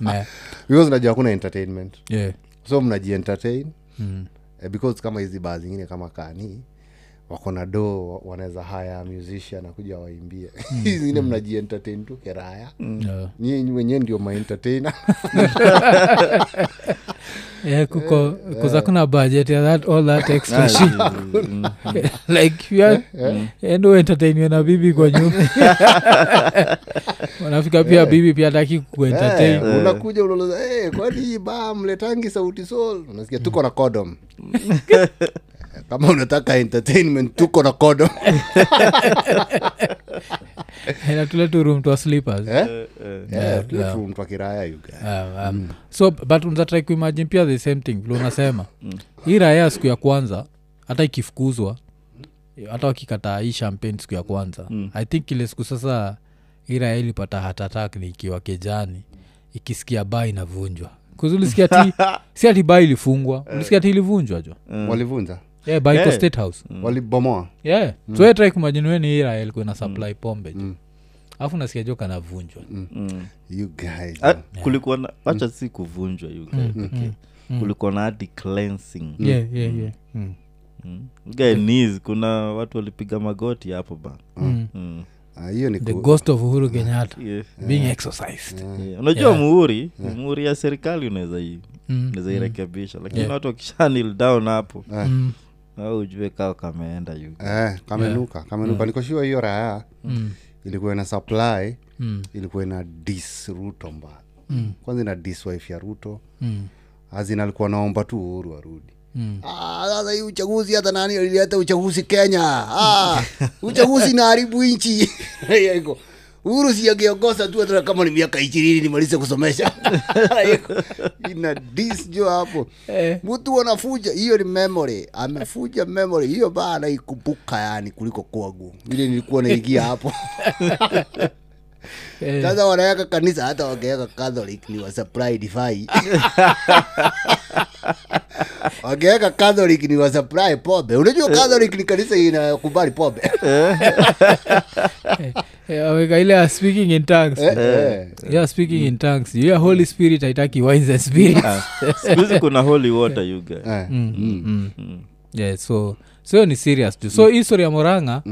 [SPEAKER 1] Na-
[SPEAKER 3] because najua hakuna entertainment
[SPEAKER 1] yeah.
[SPEAKER 3] so mnajientertain mm. because kama hizi baa zingine kama kani wako na doo wa- wanaweza haya musician akuja waimbie hizi zingine mnajientertain tu keraya
[SPEAKER 1] Yeah.
[SPEAKER 3] nyinyi wenyewe ndio maentertainer
[SPEAKER 1] Yeah, kuko kuza kuna budget ya that all that
[SPEAKER 2] Ah,
[SPEAKER 1] extra shit
[SPEAKER 2] Mm,
[SPEAKER 1] like you are- Eh, endo entertainwe na bibi kwa nyumba wanafika pia bibi pia ataki kuentertain
[SPEAKER 3] Eh, unakuja unauliza hey, kwani hii baa mletangi sauti sol unasikia tuko na kodom Eh, kama unataka entertainment tuko na kodom
[SPEAKER 1] natule Eh, tu room to sleepers
[SPEAKER 3] eh? Eh, tule tu mtu wa kiraya yuga
[SPEAKER 1] um, um, so but unzatrai kuimagine pia the same thing vile unasema hii raya siku ya kwanza hata ikifukuzwa hata wakikataa hii champagne siku ya kwanza mm. i think ile siku sasa hii raya ilipata hatatak ni ikiwa kejani ikisikia baa inavunjwa kuzulisikia ti si ati baa ilifungwa ulisikia ti ilivunjwa jo
[SPEAKER 3] Eh. walivunja
[SPEAKER 1] yeah, baa iko
[SPEAKER 2] Yeah.
[SPEAKER 1] state house
[SPEAKER 3] Mm. walibomoa
[SPEAKER 1] yeah mm. so try kumajini weni hii raya ilikuwa ina supply pombe jo alafu nasikia jo kanavunjwa
[SPEAKER 2] Mm.
[SPEAKER 3] you guys
[SPEAKER 2] Ah, kulikuwa na
[SPEAKER 3] Mm.
[SPEAKER 2] wacha si kuvunjwa you guy, okay. kulikuwa na hadi cleansing
[SPEAKER 1] Mm, yeah, yeah, yeah.
[SPEAKER 2] Mm. Guy, knees, kuna watu walipiga magoti hapo ba
[SPEAKER 1] Mm.
[SPEAKER 2] Mm.
[SPEAKER 3] Ah, hiyo ni
[SPEAKER 1] the
[SPEAKER 3] ku-
[SPEAKER 1] ghost of uhuru kenyatta
[SPEAKER 2] Yeah.
[SPEAKER 1] being exorcised
[SPEAKER 2] Yeah. unajua muhuri muhuri ya serikali unaweza i-
[SPEAKER 1] Mm.
[SPEAKER 2] unaweza irekebisha lakini watu wakishanil down hapo
[SPEAKER 1] Mm.
[SPEAKER 2] au ujue kawa kameenda you guy.
[SPEAKER 3] eh, kamenuka kamenuka nikoshiwa hiyo raya ilikuwa ina supply
[SPEAKER 1] Mm.
[SPEAKER 3] ilikuwa ina dis ruto mba kwanza ina dis wife ya ruto azin alikuwa naomba tu uhuru arudi
[SPEAKER 1] Mm.
[SPEAKER 3] Ah, sasa hii uchaguzi hata nani alileta uchaguzi kenya ah, uchaguzi naharibu nchi Hiyo iko, uhuru siangiongoza tu hata kama ni miaka ishirini nimalize kusomesha Iko, ina dis jo hapo
[SPEAKER 1] Eh.
[SPEAKER 3] mtu anafuja hiyo ni memory amefuja memory hiyo baa anaikumbuka yani kuliko kwangu ile nilikuwa naingia hapo
[SPEAKER 1] Eh.
[SPEAKER 3] sasa wanaweka kanisa hata wangeweka catholic ni wasupridify wangeweka catholic ni wasupply pombe unajua catholic ni kanisa inakubali pombe
[SPEAKER 1] Eh, aweka ile ya speaking in tongues
[SPEAKER 2] Eh?
[SPEAKER 3] Eh.
[SPEAKER 1] yeah speaking in tongues yeah holy spirit aitaki wines and spirit
[SPEAKER 2] Ah. Siku hizi kuna holy water you guy.
[SPEAKER 3] Eh.
[SPEAKER 1] yeah so so hiyo ni serious too. so
[SPEAKER 2] Mm.
[SPEAKER 1] hii story ya moranga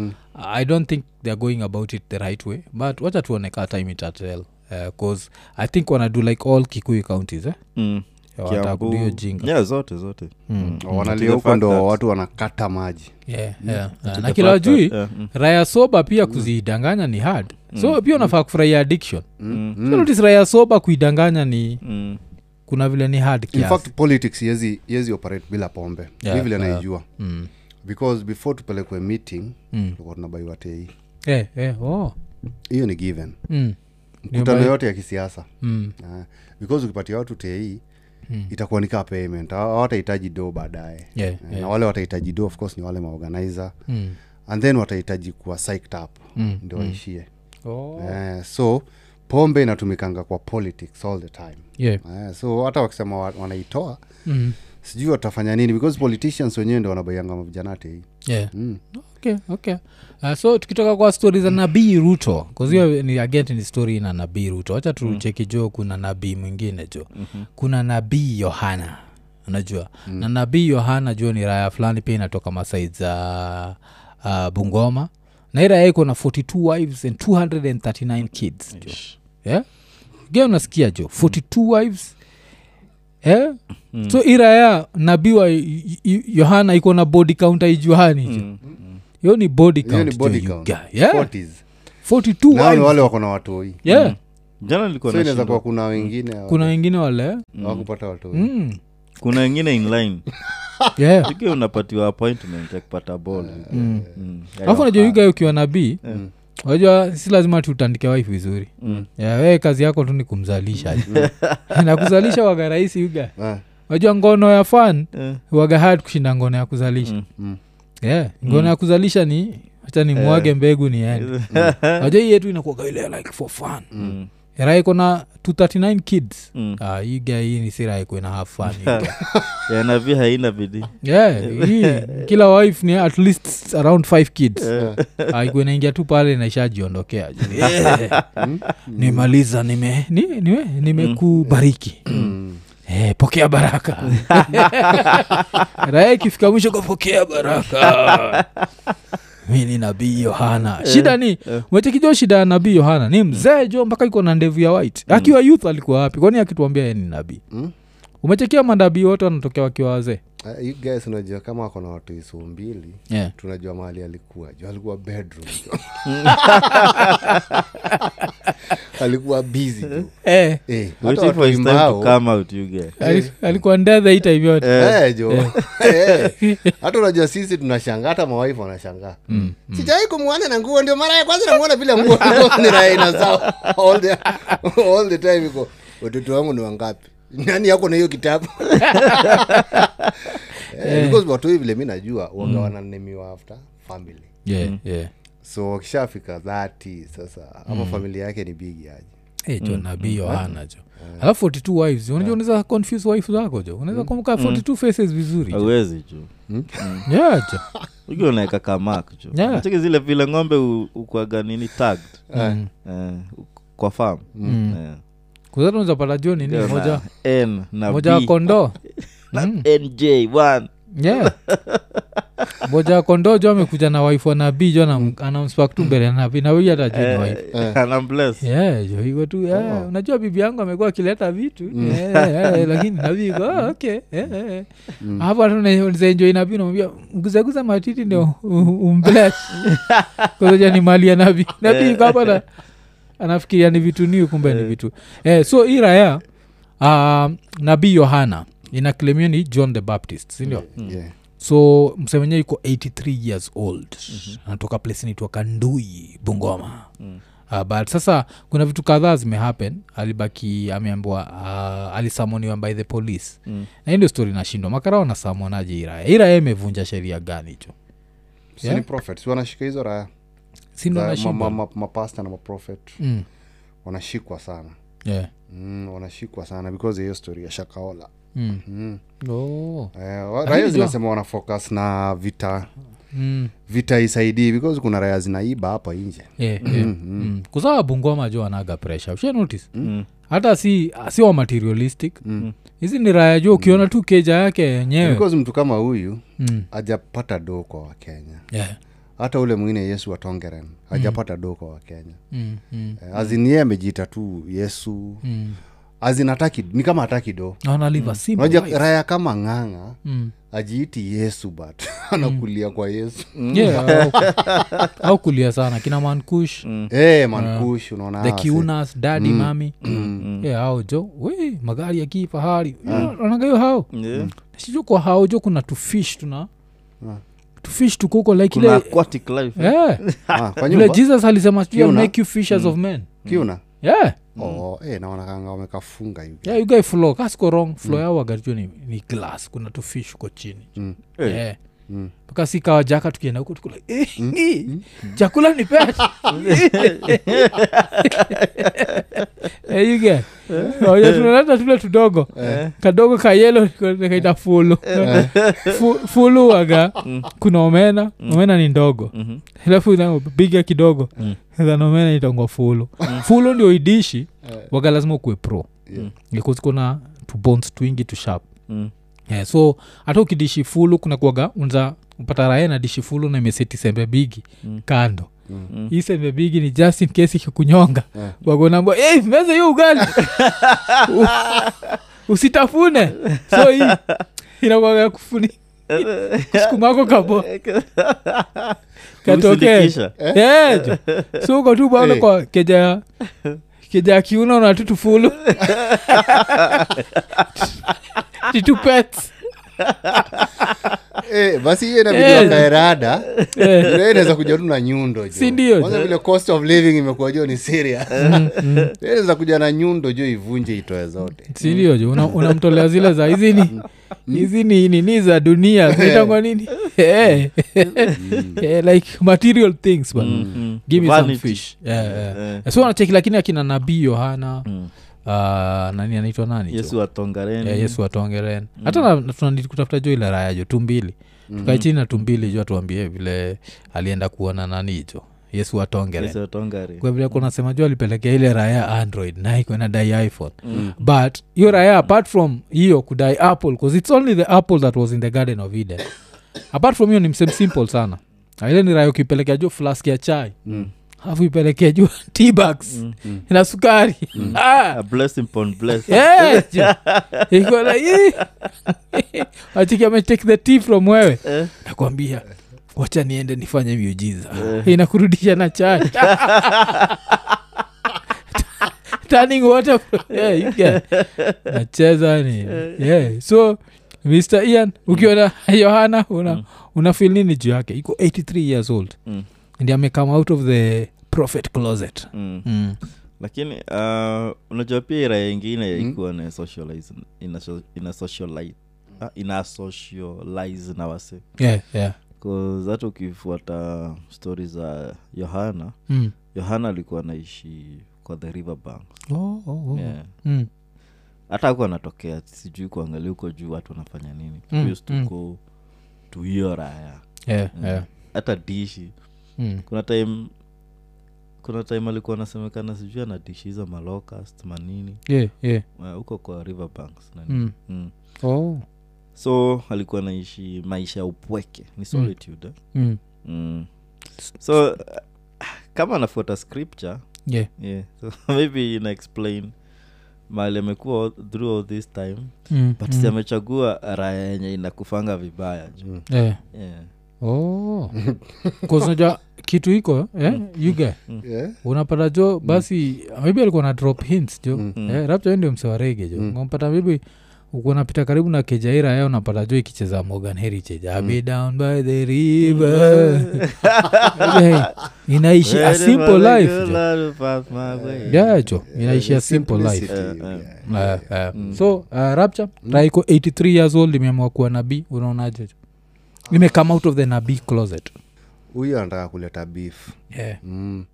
[SPEAKER 1] i don't think theyare going about it the right way but wacha tuone kaa time itatel bcause Eh, i think wanadu like all kikuyu counties eh?
[SPEAKER 2] Mm.
[SPEAKER 1] watakudu hiyo
[SPEAKER 2] Kiambu.
[SPEAKER 1] jinga Mm.
[SPEAKER 2] Yeah, zote zote Mm.
[SPEAKER 3] wanalia huko ndo watu wanakata maji
[SPEAKER 1] yeah, yeah. Yeah. na kila wajui
[SPEAKER 2] Yeah, mm. Mm.
[SPEAKER 1] raya soba pia kuzidanganya ni hard so pia unafaa kufurahia addiction mm. so notice raya soba kuidanganya ni
[SPEAKER 2] Mm.
[SPEAKER 1] kuna vile ni hard
[SPEAKER 3] in
[SPEAKER 1] kiasi.
[SPEAKER 3] fact politics yezi, yezi operate bila pombe
[SPEAKER 1] Yeah,
[SPEAKER 3] yeah, vile
[SPEAKER 1] fair.
[SPEAKER 3] naijua
[SPEAKER 1] mm.
[SPEAKER 3] because before tupelekwe meeting
[SPEAKER 1] Mm.
[SPEAKER 3] tulikuwa tunabaiwa tei
[SPEAKER 1] eh, eh, oh.
[SPEAKER 3] E. hiyo ni given
[SPEAKER 1] mm.
[SPEAKER 3] mkutano
[SPEAKER 1] bai-
[SPEAKER 3] yote ya kisiasa
[SPEAKER 1] Mm.
[SPEAKER 3] Ah, because ukipatia watu tei itakuwa ni kaa payment Hawa- hawatahitaji do baadaye
[SPEAKER 1] Yeah,
[SPEAKER 3] Eh,
[SPEAKER 1] yeah.
[SPEAKER 3] na wale watahitaji do of course ni wale maorganizer
[SPEAKER 1] Mm.
[SPEAKER 3] and then watahitaji kuwa psyched up
[SPEAKER 1] Mm,
[SPEAKER 3] ndio waishie
[SPEAKER 1] Oh.
[SPEAKER 3] Eh, so pombe inatumikanga kwa politics all the time
[SPEAKER 1] Yeah.
[SPEAKER 3] Eh, so hata wakisema wa- wanaitoa
[SPEAKER 1] Mm.
[SPEAKER 3] sijui watafanya nini because politicians wenyewe ndo wanabaianga vijanate hii
[SPEAKER 1] Yeah.
[SPEAKER 3] mm.
[SPEAKER 1] okay okay uh, so tukitoka kwa stori za nabii ruto kazio ni agent ni story ina nabii ruto wacha tucheki jo kuna nabii mwingine jo mm-hmm. kuna nabii yohana unajua mm. na nabii yohana jo ni raya fulani pia inatoka masai za uh, bungoma na hii raya iko na 42 wives and 239 kids jo yeah? ge Eh? unasikia jo 42 wives yeah? mm. so iraya nabii wa Y- Y- yohana iko na body count aijuhani jo mm hiyo ni body
[SPEAKER 3] Hiyo ni
[SPEAKER 1] count
[SPEAKER 3] body
[SPEAKER 1] jo, you
[SPEAKER 3] count.
[SPEAKER 1] guy. Yeah,
[SPEAKER 3] 40s.
[SPEAKER 1] 42
[SPEAKER 3] Na wale
[SPEAKER 1] wives.
[SPEAKER 3] wale wako na watoi
[SPEAKER 1] Yeah,
[SPEAKER 2] jana nilikuwa
[SPEAKER 3] so inaweza
[SPEAKER 2] nashindwa.
[SPEAKER 3] kuwa kuna wengine hawa-
[SPEAKER 1] Mm. kuna wengine wale
[SPEAKER 3] hawakupata watoi
[SPEAKER 1] Mm,
[SPEAKER 2] kuna wengine inline
[SPEAKER 1] yeah.
[SPEAKER 2] ikiwa unapatiwa appointment ya kupata Mm. bol
[SPEAKER 1] alafu najua
[SPEAKER 2] ah,
[SPEAKER 1] yuga ukiwa nabii
[SPEAKER 3] Mm.
[SPEAKER 1] unajua si lazima tutandike wife vizuri
[SPEAKER 2] mm,
[SPEAKER 1] yeah, wewe kazi yako tu ni kumzalisha na kuzalisha waga rahisi yuga
[SPEAKER 3] Ah,
[SPEAKER 1] unajua ngono ya fan
[SPEAKER 2] eh,
[SPEAKER 1] waga hard kushinda ngono ya kuzalisha
[SPEAKER 3] mm. Eh.
[SPEAKER 1] yeah. ngono ya kuzalisha ni hata ni mwage mbegu
[SPEAKER 3] Mm.
[SPEAKER 1] niende unajua hii yetu inakuaga ile like for fun raha iko na 239 kids
[SPEAKER 2] Mm.
[SPEAKER 1] Ah, hii guy hii ni si raha iko ina have fun yuga.
[SPEAKER 2] yanavi Eh, haina bidii
[SPEAKER 1] yeah hii kila wife ni at least around five kids aiku inaingia tu pale inaishajiondokea yeah. nimaliza nime ni- nime- nimekubariki Eh, pokea baraka raya ikifika mwisho kapokea baraka mi ni nabii yohana shida ni umechekijua shida ya nabii yohana ni mzee jo mpaka iko na ndevu ya white akiwa youth alikuwa wapi kwani akituambia ye ni nabii
[SPEAKER 3] Mm.
[SPEAKER 1] umechekia manabii wote wanatokea wakiwa wazee
[SPEAKER 3] Ah, you guys unajua kama wako na watoi suu mbili
[SPEAKER 1] yeah.
[SPEAKER 3] tunajua mahali alikuwa juu alikuwa bedroom alikuwa busy tu
[SPEAKER 1] eh,
[SPEAKER 3] Eh, hata
[SPEAKER 2] waiting for
[SPEAKER 3] watoi
[SPEAKER 2] his time
[SPEAKER 3] mbao-
[SPEAKER 2] to come out you get
[SPEAKER 1] ali- alikuwa ndedha ita hivyote
[SPEAKER 3] Eh, jo. Eh. hata unajua sisi tunashangaa hata mawaifu wanashangaa sijawai kumwona na nguo ndio mara ya kwanza namwona bila nguo ni raina sawa all the, all the time iko watoto wangu ni wangapi nani yako na hiyo kitabu Eh, Mm. because watu hii vile mi najua waga wananemiwa after family
[SPEAKER 1] yeah, yeah.
[SPEAKER 3] so wakishafika dhati sasa ama familia yake ni bigi aje
[SPEAKER 1] Hey, jo Eh, nabii yohana jo alafu 42 wives unajua unaweza confuse wife zako jo unaweza kumbuka 42 faces vizuri jo.
[SPEAKER 2] awezi juu
[SPEAKER 1] yeah, jo
[SPEAKER 2] ukiwa unaweka kamak juu
[SPEAKER 1] Yeah.
[SPEAKER 2] cheki zile vile ng'ombe u- ukuaga nini tagged
[SPEAKER 1] Mm.
[SPEAKER 2] eh, u- kwa farm Eh.
[SPEAKER 1] kuzata Mm. unaweza pata jo nini
[SPEAKER 2] Ndio na
[SPEAKER 1] moja
[SPEAKER 2] N na
[SPEAKER 1] moja ya
[SPEAKER 2] B
[SPEAKER 1] kondoo Mm.
[SPEAKER 2] na NJ1
[SPEAKER 1] yeah moja ya kondoo jo amekuja na wife wa nabii jo anam- anamspak tu mbele ya nabii na wewe hata jo
[SPEAKER 2] Eh.
[SPEAKER 1] ni wife
[SPEAKER 2] anambles
[SPEAKER 1] yeah, jo iko tu yeah. unajua bibi yangu amekuwa akileta vitu yeah, yeah, yeah, lakini nabii iko ah, okay yeah, yeah, yeah. hapo tunazenjoi nabii namwambia mguzaguza matiti ndio umbles kaoja ni mali ya nabii nabii iko hapa na anafikiria ni vitu niu kumbe ni vitu eh, so hii raya um, nabii yohana inaklemia ni john the baptist sindio
[SPEAKER 3] Yeah.
[SPEAKER 1] so msemenyewe iko 83 years old mm-hmm. anatoka place nitwa kandui bungoma mm. uh, but sasa kuna vitu kadhaa zimehappen alibaki ameambiwa uh, alisamoniwa by the police mm. na hii ndio story inashindwa makarao nasamonaje iraya iraya imevunja sheria gani cho
[SPEAKER 3] So
[SPEAKER 1] Yeah.
[SPEAKER 3] ni prophet si wanashika hizo raha
[SPEAKER 1] sindo
[SPEAKER 3] Za ma- ma-
[SPEAKER 1] nashindwa
[SPEAKER 3] ma- mapasta na maprofet
[SPEAKER 1] Mm.
[SPEAKER 3] wanashikwa sana
[SPEAKER 1] yeah.
[SPEAKER 3] mm, wanashikwa sana because ya hiyo story ya shakaola
[SPEAKER 1] mm.
[SPEAKER 3] mm.
[SPEAKER 1] oh.
[SPEAKER 3] eh, wa- raya
[SPEAKER 1] jua.
[SPEAKER 3] zinasema wana focus na vita
[SPEAKER 1] mm. Eh.
[SPEAKER 3] vita isaidii because kuna raya zinaiba hapa nje
[SPEAKER 1] yeah, yeah. mm. kuzawa bungoma jo anaga presha usha notice Mm. hata si si wa materialistic hizi ni raya jo ukiona tu keja yake yenyewe
[SPEAKER 3] because mtu kama huyu
[SPEAKER 1] mm.
[SPEAKER 3] hajapata doo kwa wakenya
[SPEAKER 1] yeah.
[SPEAKER 3] hata ule mwingine yesu watongeren hajapata doo kwa wakenya
[SPEAKER 1] mm. mm.
[SPEAKER 3] eh, azinie amejiita tu yesu
[SPEAKER 1] mm.
[SPEAKER 3] azinataki ni kama ataki do
[SPEAKER 1] analiva
[SPEAKER 3] unaja raya kama ng'ang'a
[SPEAKER 1] Mm.
[SPEAKER 3] ajiiti yesu but anakulia kwa yesu
[SPEAKER 1] au kulia sana kina mankush
[SPEAKER 3] Eh, mankush unaona
[SPEAKER 1] the
[SPEAKER 3] hawa Ah, si-
[SPEAKER 1] kiunas dadi mami Yeah, hao jo we magari ya kifahari Yeah, wanagayo hao
[SPEAKER 2] Yeah.
[SPEAKER 1] sijo kwa hao jo kuna tufish tuna tufish tuko huko like
[SPEAKER 2] kuna
[SPEAKER 1] ile
[SPEAKER 2] aquatic life
[SPEAKER 1] yeah.
[SPEAKER 3] Ah,
[SPEAKER 1] vile
[SPEAKER 3] kwa nyumba
[SPEAKER 1] jesus alisema "Sijui I'll
[SPEAKER 3] Kiuna.
[SPEAKER 1] make you fishers of men
[SPEAKER 3] kiuna
[SPEAKER 1] yeah
[SPEAKER 3] oh, eh, naonakanga wamekafunga hivi
[SPEAKER 1] yeah, you guy flow kasiko wrong flow yao wagarijua ni, ni glass kuna tufish uko chini
[SPEAKER 2] Eh.
[SPEAKER 1] yeah. mpaka si kawa jaka tukienda huko tukula eh, eh, chakula ni pesha Eh, you get? Oja, tunaleta tule tudogo kadogo kayelo kaita fulu Fu- fulu waga kuna omena omena ni ndogo alafu inapiga kidogo then omena itangwa fulu fulu ndio idishi waga lazima ukuwe pro Mm. because kuna tubones twingi tushap
[SPEAKER 2] Mm.
[SPEAKER 1] yeah, so hata ukidishi fulu kuna kuaga unza upata rahe na dishi fulu na imeseti sembe bigi mm. kando
[SPEAKER 2] Mm.
[SPEAKER 1] hii sembe bigi ni just in case ikikunyonga yeah. wagonambwa hey, meze hiyo ugali U- usitafune so hii inakwaga kufuni kusukumako kabo katokee
[SPEAKER 2] Usindikisha.
[SPEAKER 1] Eh, jo. so uko tu bado
[SPEAKER 3] Eh.
[SPEAKER 1] kwa keja ya- keja ya kiuno na tutufulu titupet
[SPEAKER 3] eh, basi hiyo
[SPEAKER 1] Eh.
[SPEAKER 3] inabidi kaerada
[SPEAKER 1] Eh.
[SPEAKER 3] Leo inaweza kuja tu na nyundo
[SPEAKER 1] Si ndio,
[SPEAKER 3] Kwanza
[SPEAKER 1] jo? Mm,
[SPEAKER 3] vile cost of living imekuwa jo ni serious Leo inaweza kuja na nyundo jo ivunje itoe zote
[SPEAKER 1] siliojo unamtolea zile za hizi ni hizi ni nini za dunia zitangwa nini Eh. Eh, like material things bana.
[SPEAKER 2] Mm.
[SPEAKER 1] give me some
[SPEAKER 2] Vanity.
[SPEAKER 1] fish Yeah, yeah.
[SPEAKER 2] Eh.
[SPEAKER 1] so anacheki lakini akina nabii yohana
[SPEAKER 2] Mm.
[SPEAKER 1] ah, nani anaitwa nani jo?
[SPEAKER 2] yesu watongareni
[SPEAKER 1] yeah, yesu atongereni hata na- na tunanidi kutafuta jo ile raya jo tumbili tukae chini na tumbili jo atuambie vile alienda kuona nani jo yesu atongereni
[SPEAKER 2] yesu watongare
[SPEAKER 1] kwa vile kunasema jo alipelekea ile raya android naikona dai iphone but hiyo raya apart from hiyo kudai apple bcause its only the apple that was in the garden of eden apart from hiyo ni msem simple sana Na ile ni raya ukipelekea jo flask ya chai alafu ipelekea jo tbax ina sukari Ah!
[SPEAKER 2] A blessing upon blessing.
[SPEAKER 1] Yeah, jo. Iko like, "Eh." Achiki ametake the tea from wewe
[SPEAKER 2] Eh.
[SPEAKER 1] nakwambia wacha niende nifanye miujiza
[SPEAKER 2] Eh.
[SPEAKER 1] inakurudisha na chai turning water
[SPEAKER 2] Eh.
[SPEAKER 1] yeah, you get. nacheza ni yeah. so mr ian ukiona yohana una, una feel nini juu yake iko 83 years old
[SPEAKER 2] Mm.
[SPEAKER 1] ndi amekame out of the prophet closet
[SPEAKER 2] Mm.
[SPEAKER 1] mm.
[SPEAKER 2] lakini uh, unajua pia iraya ingine ikuwa na socialize ina, so- ina socialize ah, ina socialize na wase
[SPEAKER 1] yeah, yeah.
[SPEAKER 2] 'Cause hata ukifuata stori za yohana
[SPEAKER 1] Mm.
[SPEAKER 2] yohana alikuwa anaishi kwa the river bank
[SPEAKER 1] Oh, oh, oh.
[SPEAKER 2] yeah.
[SPEAKER 1] Mm.
[SPEAKER 2] hata aku anatokea sijui kuangalia huko juu watu wanafanya nini
[SPEAKER 1] Mm,
[SPEAKER 2] mm, used to
[SPEAKER 1] mm.
[SPEAKER 2] go to hiyo raya
[SPEAKER 1] Yeah, yeah.
[SPEAKER 2] hata dishi
[SPEAKER 1] Mm.
[SPEAKER 2] kuna time kuna time alikuwa anasemekana sijui anadishi hizo malocust manini
[SPEAKER 1] Yeah, yeah.
[SPEAKER 2] uh, huko kwa riverbanks nani
[SPEAKER 1] Mm.
[SPEAKER 2] mm.
[SPEAKER 1] Oh.
[SPEAKER 2] so alikuwa anaishi maisha ya upweke ni solitude eh?
[SPEAKER 1] Mm.
[SPEAKER 2] mm. so uh, kama anafuata scripture
[SPEAKER 1] Yeah.
[SPEAKER 2] yeah. so maybe ina explain mali amekuwa all- through all this time
[SPEAKER 1] Mm. Mm.
[SPEAKER 2] but si amechagua raya yenye inakufanga vibaya ju
[SPEAKER 1] Yeah.
[SPEAKER 2] yeah.
[SPEAKER 1] Oh. 'Cause unajua kitu iko eh? yuge
[SPEAKER 3] yeah?
[SPEAKER 1] unapata jo basi maybe alikuwa na drop hints jo eh, rapcha we ndio msewarege jo unampata maybe unapita karibu na kejaira ya unapata jo ikicheza morgan heritage I'll be down by the river Eh, inaishi a
[SPEAKER 2] Very
[SPEAKER 1] simple
[SPEAKER 2] well,
[SPEAKER 1] life
[SPEAKER 2] good
[SPEAKER 1] jo
[SPEAKER 2] life, pass my way.
[SPEAKER 1] yeah jo inaishi a simple life
[SPEAKER 3] Simplicity, yeah.
[SPEAKER 1] Eh, eh.
[SPEAKER 3] Mm.
[SPEAKER 1] so uh, rapture raiko 83 years old imeamua kuwa nabii unaonaje ime come out of the nabii closet
[SPEAKER 3] huyu anataka kuleta beef
[SPEAKER 1] yeah.
[SPEAKER 3] Mm.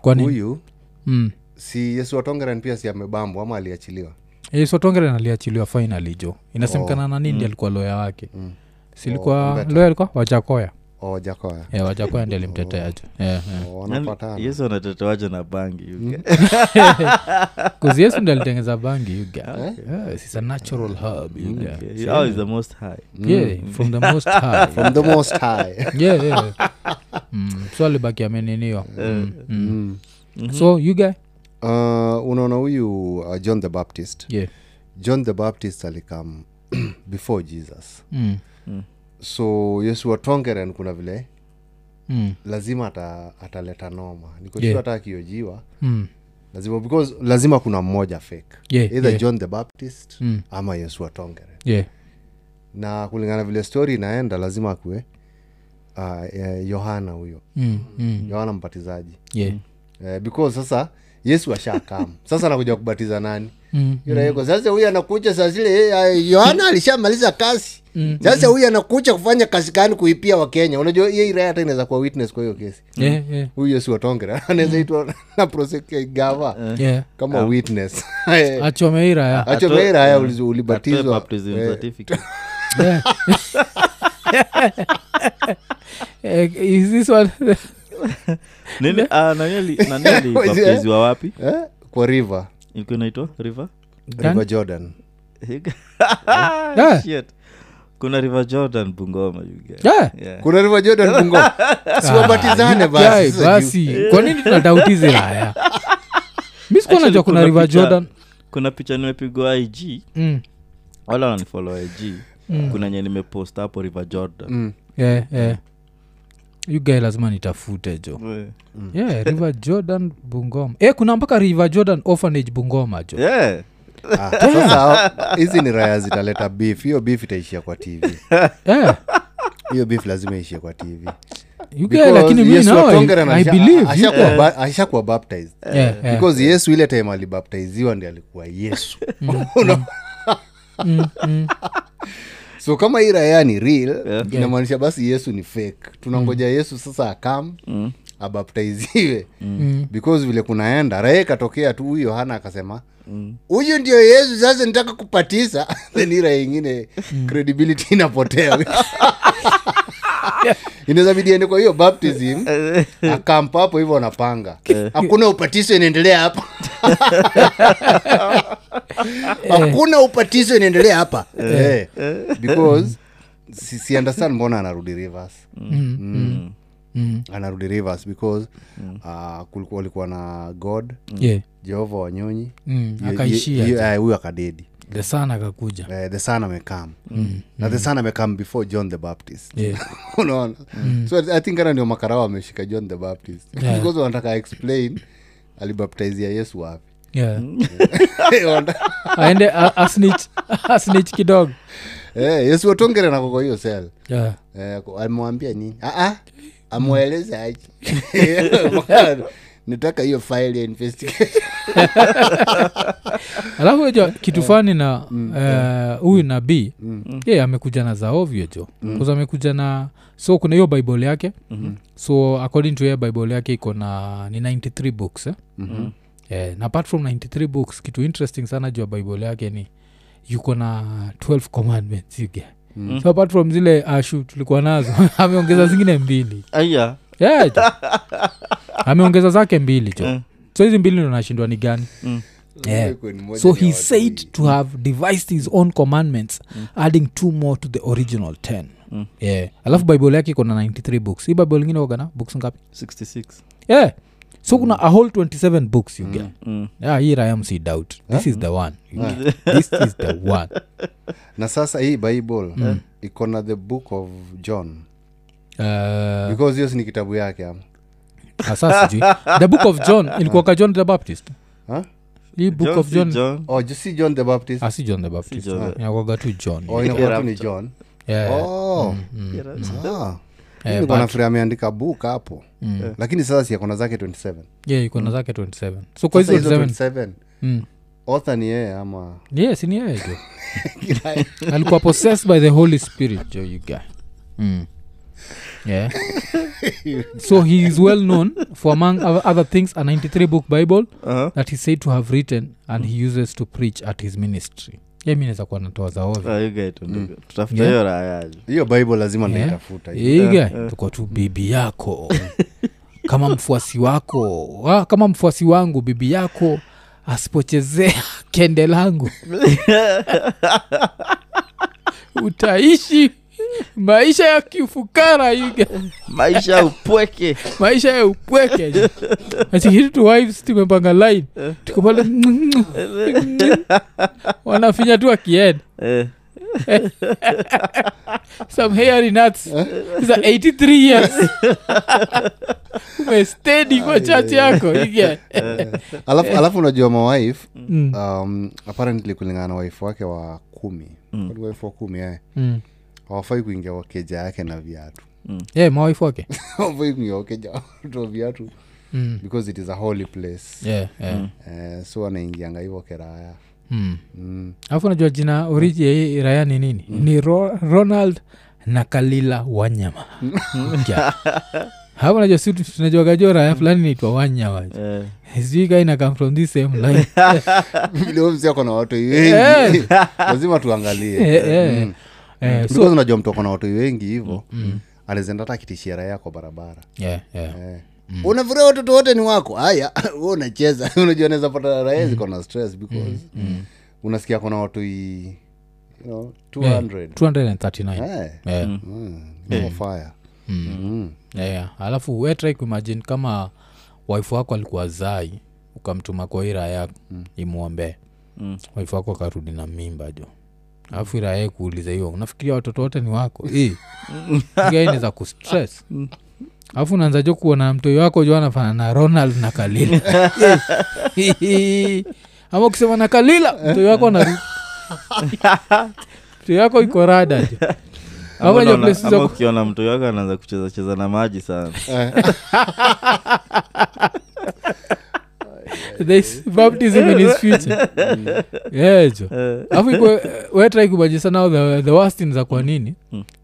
[SPEAKER 1] kwani
[SPEAKER 3] huyu
[SPEAKER 1] mm.
[SPEAKER 3] si yesu watongeran pia si amebambwa ama aliachiliwa
[SPEAKER 1] Eh, so Tongeren aliachiliwa finally jo inasemekana na nindi alikuwa loya wake silikuwa
[SPEAKER 3] Mm. Oh,
[SPEAKER 1] loya alikuwa wachakoya
[SPEAKER 3] oh, jakoya
[SPEAKER 1] yeah, wachakoya ndi alimtetea jo yeah, yeah.
[SPEAKER 3] Oh,
[SPEAKER 2] Nani-
[SPEAKER 3] wanapatana
[SPEAKER 2] Yaani, yesu anatetewaje na bangi
[SPEAKER 1] Hmm.
[SPEAKER 2] you get-
[SPEAKER 1] Kuzi yesu ndi alitengeza bangi yuga
[SPEAKER 3] Eh?
[SPEAKER 1] yeah, it's a natural herb
[SPEAKER 3] Mm.
[SPEAKER 1] yuga
[SPEAKER 2] okay. Oh, he's the most high
[SPEAKER 1] yeah, from the most high
[SPEAKER 3] from the most high
[SPEAKER 1] yeah, yeah. mm, so alibaki ameniniwa mm, mm. so you guy
[SPEAKER 3] uh, unaona huyu uh, john the baptist
[SPEAKER 1] yeah.
[SPEAKER 3] john the baptist alikam before jesus
[SPEAKER 1] mm.
[SPEAKER 3] so yesu watongeren kuna vile
[SPEAKER 1] Mm.
[SPEAKER 3] lazima ata, ataleta noma
[SPEAKER 1] Yeah.
[SPEAKER 3] nikoshua yeah. hata akiojiwa
[SPEAKER 1] Mm.
[SPEAKER 3] lazima because lazima kuna mmoja fake
[SPEAKER 1] Yeah,
[SPEAKER 3] either
[SPEAKER 1] yeah.
[SPEAKER 3] john the baptist
[SPEAKER 1] Mm.
[SPEAKER 3] ama yesu watongeren
[SPEAKER 1] yeah.
[SPEAKER 3] na kulingana vile story inaenda lazima akue uh, eh, yohana huyo
[SPEAKER 1] Mm. Mm.
[SPEAKER 3] yohana mbatizaji
[SPEAKER 1] yeah.
[SPEAKER 3] eh, because sasa yesu ashakam sasa anakuja kubatiza nani
[SPEAKER 1] Mm.
[SPEAKER 3] Yule yuko, sasa huyu anakuja saa zile eh, yohana alishamaliza kazi
[SPEAKER 1] Mm,
[SPEAKER 3] sasa huyu anakuja kufanya kazi kani kuipia wakenya unajua hiyo ira hata inaweza kuwa witness kwa hiyo kesi
[SPEAKER 1] Yeah, yeah.
[SPEAKER 3] huyu yesu watongera
[SPEAKER 1] Mm.
[SPEAKER 3] anaweza itwa na prosecute gava
[SPEAKER 1] Yeah.
[SPEAKER 3] kama witness
[SPEAKER 1] achomeira ya
[SPEAKER 3] acho
[SPEAKER 2] Atoe-
[SPEAKER 3] meira haya
[SPEAKER 2] eh,
[SPEAKER 3] ulizo-
[SPEAKER 2] Atoe
[SPEAKER 3] ulibatizwa
[SPEAKER 2] baptism
[SPEAKER 3] eh,
[SPEAKER 2] certificate.
[SPEAKER 1] Yeah. Eh, is this one
[SPEAKER 2] Nini- ah, nani ali- nani alibaptizwa wapi
[SPEAKER 3] eh, kwa river
[SPEAKER 2] ilikuwa inaitwa river
[SPEAKER 1] Gan-
[SPEAKER 3] river jordan
[SPEAKER 2] Higa-
[SPEAKER 1] Yeah.
[SPEAKER 2] Shit. kuna river jordan bungoma you get.
[SPEAKER 1] Yeah.
[SPEAKER 2] Yeah.
[SPEAKER 3] kuna river jordan bungo siwabatizane
[SPEAKER 1] Guy,
[SPEAKER 3] basi sasa juu.
[SPEAKER 1] Ah, basi kwa nini tunadautizi haya mi sikuwa
[SPEAKER 2] Actually,
[SPEAKER 1] najua kuna river
[SPEAKER 2] picha-
[SPEAKER 1] jordan
[SPEAKER 2] kuna picha nimepigwa ig
[SPEAKER 1] mm.
[SPEAKER 2] wala wananifollow ig
[SPEAKER 1] Hmm.
[SPEAKER 2] kuna nye nimepost hapo river jordan
[SPEAKER 3] Mm.
[SPEAKER 1] yeah, yeah. you guy lazima nitafute jo
[SPEAKER 2] Eh.
[SPEAKER 1] Mm. yeah river jordan bungoma eh kuna mpaka river jordan orphanage bungoma jo
[SPEAKER 2] Yeah.
[SPEAKER 3] Ah, sasa hizi ni raya zitaleta beef hiyo beef itaishia kwa tv
[SPEAKER 1] yeah.
[SPEAKER 3] hiyo beef lazima iishie kwa tv
[SPEAKER 1] Eh, you guy
[SPEAKER 3] Because
[SPEAKER 1] lakini mimi
[SPEAKER 3] Yesu
[SPEAKER 1] nao
[SPEAKER 3] Watongera na
[SPEAKER 1] i
[SPEAKER 3] asha-
[SPEAKER 1] believe you-
[SPEAKER 3] ashakuwa ba- ashakuwa baptized
[SPEAKER 1] yeah, yeah.
[SPEAKER 3] because yesu ile time alibaptiziwa ndi alikuwa yesu Una- so kama hii raya ni real inamaanisha basi yesu ni fake tunangoja yesu sasa akam abaptiziwe because vile kunaenda raya ikatokea tu huyu yohana akasema huyu ndio yesu sasa nitaka kupatisa then hii raya ingine credibility inapotea inawezabidi ende kwa hiyo baptism akampa hapo hivyo anapanga hakuna upatizo inaendelea hapa hakuna upatizo inaendelea hapa Eh. because si, si understand mbona anarudi rivers Mm.
[SPEAKER 1] Mm.
[SPEAKER 3] anarudi rivers because uh, kulikuwa alikuwa na god
[SPEAKER 1] yeah.
[SPEAKER 3] jehova wanyonyi
[SPEAKER 1] mm.
[SPEAKER 3] Ye-
[SPEAKER 1] akaishia
[SPEAKER 3] ye-
[SPEAKER 1] jo.
[SPEAKER 3] eh, huyu akadedi
[SPEAKER 1] the sun akakuja
[SPEAKER 3] Eh, the son amekam na the son amekam before john the baptist
[SPEAKER 1] yeah.
[SPEAKER 3] unaona so i think hata ndio makarao ameshika john the baptist
[SPEAKER 1] Mm. Yeah.
[SPEAKER 3] because wanataka explain alibaptizia yesu wapi Eh,
[SPEAKER 1] yeah.
[SPEAKER 3] Wanataka-
[SPEAKER 1] aende a- asnich asnich kidogo
[SPEAKER 3] Eh, yesu watongere nako kwa hiyo sel
[SPEAKER 1] yeah.
[SPEAKER 3] amewambia nini "Ah, ah, amweleze aje Eh, nataka hiyo file ya investigation
[SPEAKER 1] alafu jo kitu fani na eh, huyu nabii ye amekuja na zaovyo jo mm. amekuja na so kuna hiyo bible yake mm-hmm. so according to ye bible yake iko na ni 93 books eh?
[SPEAKER 3] Mhm.
[SPEAKER 1] eh, na apart from 93 books kitu interesting sana juu ya bible yake ni yuko na 12 commandments you get.
[SPEAKER 3] Mm.
[SPEAKER 1] so apart from zile ashu tulikuwa nazo ameongeza zingine mbili
[SPEAKER 2] Aya.
[SPEAKER 1] yeah, jo. ameongeza zake mbili jo
[SPEAKER 2] Mm.
[SPEAKER 1] so hizi mbili ndo nashindwa ni gani
[SPEAKER 2] Mm.
[SPEAKER 1] yeah.
[SPEAKER 3] Kwa ni moja
[SPEAKER 1] so
[SPEAKER 3] ya
[SPEAKER 1] he
[SPEAKER 3] watu
[SPEAKER 1] said
[SPEAKER 3] wengi.
[SPEAKER 1] to have devised his own commandments adding two more to the original 10
[SPEAKER 2] Mm.
[SPEAKER 1] yeah. alafu bible yake iko na 93 books hii bible ingine kogana books ngapi
[SPEAKER 2] 66
[SPEAKER 1] yeah so kuna a whole 27 books you get
[SPEAKER 2] Mm.
[SPEAKER 1] yeah, here i am see doubt this is the one you get. this is the one
[SPEAKER 3] na sasa hii bible
[SPEAKER 1] Mm.
[SPEAKER 3] iko na the book of john
[SPEAKER 1] Uh,
[SPEAKER 3] because hiyo si ni kitabu yake ama
[SPEAKER 1] sasa sijui the book of john ilikuwa ka john the baptist
[SPEAKER 3] Huh?
[SPEAKER 1] hii book
[SPEAKER 2] John
[SPEAKER 1] of
[SPEAKER 2] C.
[SPEAKER 1] john,
[SPEAKER 2] John.
[SPEAKER 3] oh, ju- si john the baptist
[SPEAKER 1] Ah, si john the baptist
[SPEAKER 2] John.
[SPEAKER 1] inakwaga tu john
[SPEAKER 3] oh, inakuwa tu ni john
[SPEAKER 1] yeah. Mm.
[SPEAKER 3] oh. Ah.
[SPEAKER 1] Eh,
[SPEAKER 3] Mimi niko nafikiria ameandika book hapo
[SPEAKER 1] Mm.
[SPEAKER 3] Eh, lakini sasa si akona zake 27
[SPEAKER 1] yeah, iko na zake 27 so kwa hizo
[SPEAKER 3] Sasa hizo
[SPEAKER 1] 27
[SPEAKER 3] 27
[SPEAKER 1] Mm.
[SPEAKER 3] author ni yeye ama
[SPEAKER 1] yes ni yeye jo alikuwa possessed by the holy spirit jo you guy mm. yeah. so he is well known for among other- other things a 93 book bible
[SPEAKER 2] Uh-huh.
[SPEAKER 1] that he said to have written and he uses to preach at his ministry ye mi naweza kuwa natoa zaovi
[SPEAKER 2] Ah, you guy, tundu-
[SPEAKER 1] Hmm.
[SPEAKER 2] tutafuta hiyo raya aje.
[SPEAKER 3] hiyo bible lazima ndaitafuta hiyo.
[SPEAKER 1] Eh? iga tuko tu bibi yako kama mfuasi wako ah, kama mfuasi wangu bibi yako asipochezea kende langu utaishi maisha ya kifukara you get-
[SPEAKER 2] maisha ya upweke
[SPEAKER 1] maisha ya upweke hiri tu wives tumepanga line tuko pale wanafinya tu akienda
[SPEAKER 2] Eh,
[SPEAKER 1] some hairy nuts za 83 years umestedi kwa chache yako you get.
[SPEAKER 3] alafu,
[SPEAKER 1] Eh.
[SPEAKER 3] alafu unajua mawife
[SPEAKER 1] Mm,
[SPEAKER 3] um, apparently kulingana na wife wake wa kumi mm. wife wa kumi eh.
[SPEAKER 1] mm.
[SPEAKER 3] hawafai kuingia wakeja yake na viatu
[SPEAKER 1] Yeah, mawaifu wake
[SPEAKER 3] hawafai kuingia wakeja watu wa viatu
[SPEAKER 1] Mm.
[SPEAKER 3] because it is a holy place
[SPEAKER 1] Yeah, yeah.
[SPEAKER 3] eh, so anaingianga hivo keraya
[SPEAKER 1] Mm.
[SPEAKER 3] mm.
[SPEAKER 1] alafu najua jina oriji ya hii raya ni nini ni Ro- ronald na kalila wanyama Yeah. hapo najua si tunajuagajo raya fulani naitwa wanyama
[SPEAKER 2] eh.
[SPEAKER 1] sijui ka inakam from this same line
[SPEAKER 3] vile msi ako na watu
[SPEAKER 1] Eh.
[SPEAKER 3] wengi lazima tuangalie Mm.
[SPEAKER 1] Eh, eh. Eh, so-
[SPEAKER 3] because unajua mtu ako na watu wengi hivo mm. anaezaenda hata akitishia raia kwa barabara
[SPEAKER 1] Yeah, yeah.
[SPEAKER 3] eh. mm. unafuria watoto wote ni wako haya we unacheza unajua anaweza pata raia ziko na stress because mm. unasikia kuna watu i- you know, 200
[SPEAKER 1] 239
[SPEAKER 3] Eh.
[SPEAKER 1] Yeah.
[SPEAKER 3] Mm. No fire. Mm.
[SPEAKER 1] Yeah, yeah. alafu wetrai kuimagine kama waifu wako alikuwa zai ukamtuma kwa hii raya yako imwombee
[SPEAKER 2] Mm.
[SPEAKER 1] waifu wako akarudi na mimba jo alafu iraye kuuliza hiyo unafikiria watoto wote ni wako Eh. gaineza kustress alafu unaanza jo kuona mtoi wako jo anafana na ronald na kalila Eh. ama ukisema na kalila mtoi wako anarudi mtoi wako iko rada jo
[SPEAKER 2] Ama
[SPEAKER 1] Ama jo
[SPEAKER 2] unaona-
[SPEAKER 1] places
[SPEAKER 2] ama
[SPEAKER 1] za ku-
[SPEAKER 2] ukiona mtu wako anaanza kucheza cheza na maji sana
[SPEAKER 1] There's baptism in his future yejo alafu iko wetrai kubajisa nao the, the wastin za kwa nini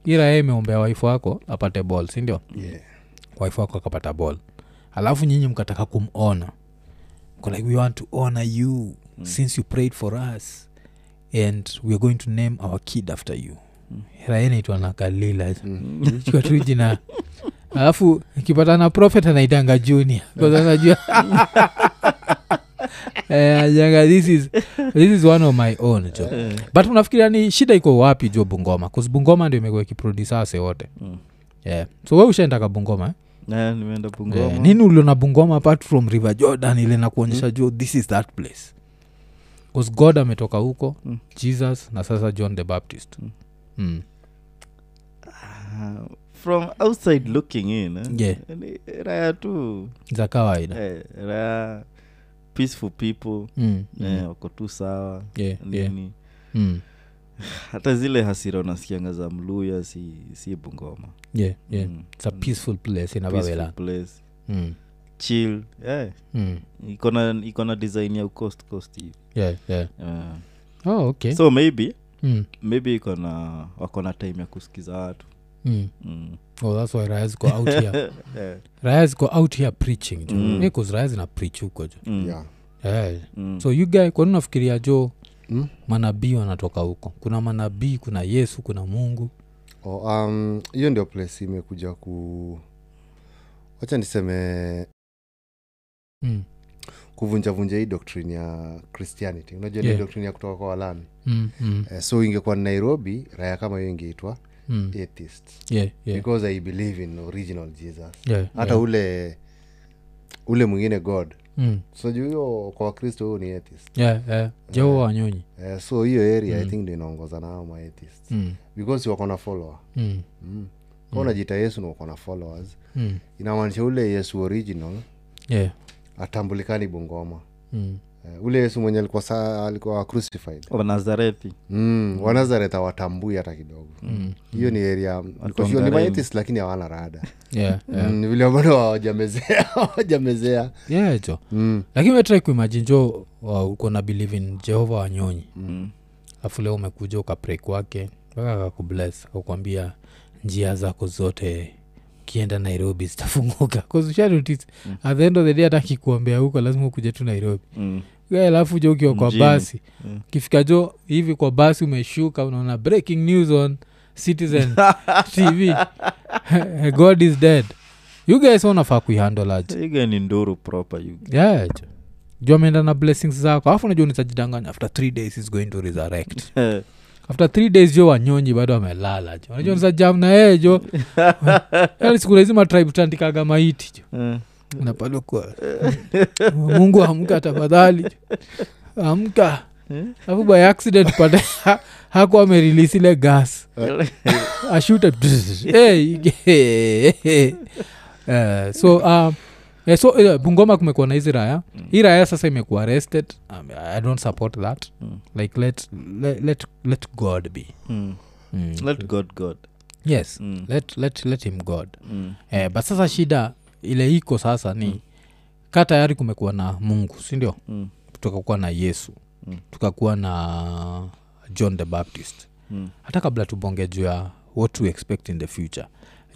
[SPEAKER 1] ira yeye imeombea waifu wako apate ball sindio
[SPEAKER 3] Yeah.
[SPEAKER 1] waifu wako akapata ball alafu nyinyi mkataka kumona Mko like we want to honor you since you prayed for us and weare going to name our kid after you raye naitwa na kalila chukua tu jina alafu ikipatana prophet anaitanga junior Because anajua Eh, anajua this is, this is one of my own jo
[SPEAKER 2] Eh.
[SPEAKER 1] but unafikiria ni shida iko wapi jo bungoma bcause bungoma ndio imekuwa ikiproduce ase wote
[SPEAKER 2] Mm.
[SPEAKER 1] yeah. so we ushaendaka bungoma eh?
[SPEAKER 2] Eh, nimeenda
[SPEAKER 1] Eh,
[SPEAKER 2] bungoma Mm.
[SPEAKER 1] nini uliona bungoma apart from river jordan ile na kuonyesha jo this is that place bcause god ametoka huko
[SPEAKER 2] Mm.
[SPEAKER 1] jesus na sasa john the baptist mm.
[SPEAKER 2] Ah, from outside looking in eh,
[SPEAKER 1] Yeah.
[SPEAKER 2] ni raya tu
[SPEAKER 1] za kawaida
[SPEAKER 2] eh, raya peaceful people
[SPEAKER 1] Mm, mm,
[SPEAKER 2] eh, wako tu sawa
[SPEAKER 1] yeah, yeah,
[SPEAKER 2] nini
[SPEAKER 1] mm,
[SPEAKER 2] hata zile hasira unasikianga za mluya si, si bungoma
[SPEAKER 1] yeah, yeah.
[SPEAKER 2] Mm.
[SPEAKER 1] It's a peaceful place in
[SPEAKER 2] Peaceful
[SPEAKER 1] Ababelan.
[SPEAKER 2] place
[SPEAKER 1] Mm,
[SPEAKER 2] chill eh,
[SPEAKER 1] mm,
[SPEAKER 2] iko na iko na design ya coast coast hivi
[SPEAKER 1] yeah, yeah.
[SPEAKER 2] Eh,
[SPEAKER 1] Oh, okay.
[SPEAKER 2] so maybe
[SPEAKER 1] Mm,
[SPEAKER 2] maybe iko na wako na time ya kusikiza watu
[SPEAKER 1] mm.
[SPEAKER 2] mm.
[SPEAKER 1] Oh, that's why raya ziko out here
[SPEAKER 2] eh,
[SPEAKER 1] raya ziko out here preaching jo
[SPEAKER 2] Mm.
[SPEAKER 1] mm. raya zina preach huko jo
[SPEAKER 2] mm.
[SPEAKER 3] Yeah.
[SPEAKER 1] yeah.
[SPEAKER 2] Mm.
[SPEAKER 1] so you guy kwani unafikiria jo
[SPEAKER 3] Mm.
[SPEAKER 1] manabii wanatoka huko kuna manabii kuna yesu kuna mungu
[SPEAKER 3] Oh, um, hiyo ndio place imekuja ku wacha niseme
[SPEAKER 1] mm.
[SPEAKER 3] kuvunjavunja hii doctrine ya christianity unajua yeah.
[SPEAKER 1] Yeah.
[SPEAKER 3] ni doctrine ya kutoka kwa walami
[SPEAKER 1] Mm, mm,
[SPEAKER 3] eh, so ingekuwa ni nairobi raya kama hiyo ingeitwa
[SPEAKER 1] mm.
[SPEAKER 3] atheist
[SPEAKER 1] Yeah, yeah,
[SPEAKER 3] because i believe in original jesus
[SPEAKER 1] yeah,
[SPEAKER 3] hata
[SPEAKER 1] yeah.
[SPEAKER 3] ule ule mwingine god
[SPEAKER 1] Mm.
[SPEAKER 3] so juu hiyo kwa wakristo huyo ni atheist
[SPEAKER 1] Yeah, yeah. jehova wanyonyi
[SPEAKER 3] eh, so hiyo area i think ndio inaongoza nao ma atheist
[SPEAKER 1] Mm,
[SPEAKER 3] because wako na follower
[SPEAKER 1] mm,
[SPEAKER 3] mm. ka unajita yesu na uko na followers
[SPEAKER 1] mm.
[SPEAKER 3] inamaanisha ule yesu original
[SPEAKER 1] Yeah,
[SPEAKER 3] atambulikani bungoma
[SPEAKER 1] mm.
[SPEAKER 3] Eh, ule yesu mwenye alikuwa saa alikuwa crucified
[SPEAKER 2] wanazarethi
[SPEAKER 3] mm. wanazaret awatambui hata kidogo hiyo mm. ni area because hiyo ni
[SPEAKER 2] Wangareni.
[SPEAKER 3] maetis lakini hawana rada
[SPEAKER 1] Yeah, yeah.
[SPEAKER 3] mm. vile bado hawajamezea hawajamezea
[SPEAKER 1] Yeah, jo
[SPEAKER 3] mm.
[SPEAKER 1] lakini wetrai kuimajini jo wa- uko na believe in jehova wanyonyi
[SPEAKER 2] Mm.
[SPEAKER 1] alafu leo umekuja ukapray kwake mpaka akakubless akakwambia njia zako zote ukienda nairobi zitafunguka kuzushanotisi at the end of the day hata akikuombea huko lazima ukuje tu nairobi
[SPEAKER 2] Mm.
[SPEAKER 1] Wewe alafu jo ukiwa kwa
[SPEAKER 2] Mjini.
[SPEAKER 1] basi
[SPEAKER 2] Mm.
[SPEAKER 1] ukifika jo hivi kwa basi umeshuka unaona breaking news on citizen tv god is dead you guys wanafaa kuihandolaje
[SPEAKER 2] iga ni nduru proper you
[SPEAKER 1] yeah jo.
[SPEAKER 2] Eh,
[SPEAKER 1] juu ameenda na blessings zako alafu unajua unisajidanganya after three days is going to resurrect after three days jo wanyonyi bado wamelala jo unajua nisa jam na yeye jo yani siku hizi matribe tandikaga maiti jo
[SPEAKER 2] Eh,
[SPEAKER 1] unapalukwa mungu amka tafadhali jo. amka alafu by accident pata hakuwa amerelease ile gas ashute hey, hey, hey. Eh, so um, eh, so eh, bungoma kumekuwa na hizi raya
[SPEAKER 2] Mm.
[SPEAKER 1] hii raya sasa imekuwa arrested um, i don't support that
[SPEAKER 2] Mm.
[SPEAKER 1] like let, let, let, let god be
[SPEAKER 2] mm.
[SPEAKER 1] mm.
[SPEAKER 2] let god god
[SPEAKER 1] yes
[SPEAKER 2] Mm,
[SPEAKER 1] let, let, let him god
[SPEAKER 2] mm,
[SPEAKER 1] eh, but sasa shida ile iko sasa ni mm. ka tayari kumekuwa na mungu sindio
[SPEAKER 2] mm,
[SPEAKER 1] tukakuwa na yesu
[SPEAKER 2] Mm.
[SPEAKER 1] tukakuwa na john the baptist
[SPEAKER 2] mm.
[SPEAKER 1] hata kabla tubonge juu ya what to expect in the future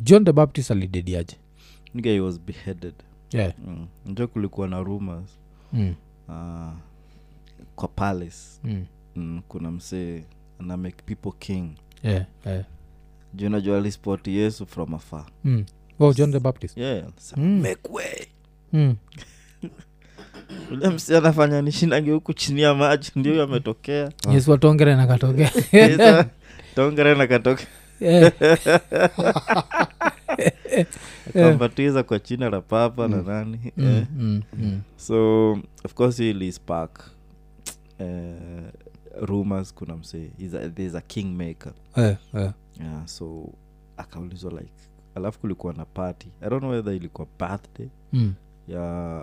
[SPEAKER 1] john the baptist alidediaje Eh,
[SPEAKER 2] Nigga, he was beheaded
[SPEAKER 1] yeah.
[SPEAKER 2] mm. njo kulikuwa na rumors
[SPEAKER 1] mm.
[SPEAKER 2] uh, kwa palace
[SPEAKER 1] Mm.
[SPEAKER 2] mm, kuna msee ana make people king
[SPEAKER 1] Yeah. Yeah.
[SPEAKER 2] juu najua alispot yesu from afar
[SPEAKER 1] Mm. Oh, john the baptist
[SPEAKER 2] yeah. sa-
[SPEAKER 1] Mm.
[SPEAKER 2] make way
[SPEAKER 1] mm.
[SPEAKER 2] ule msi anafanya nishindange huku chini ya maji ndio huyo ametokea
[SPEAKER 1] yesu watongere na katokea
[SPEAKER 2] Sasa, tongerena katoka
[SPEAKER 1] Eh,
[SPEAKER 2] akambatiza kwa china la papa na nani
[SPEAKER 1] mm,
[SPEAKER 2] eh.
[SPEAKER 1] mm, mm.
[SPEAKER 2] so of course ili spark eh, rumors kuna msee he's a- there's a kingmaker
[SPEAKER 1] Eh, eh.
[SPEAKER 2] yeah, so akaulizwa like alafu kulikuwa na party i don't know whether ilikuwa birthday
[SPEAKER 1] Mm,
[SPEAKER 2] ya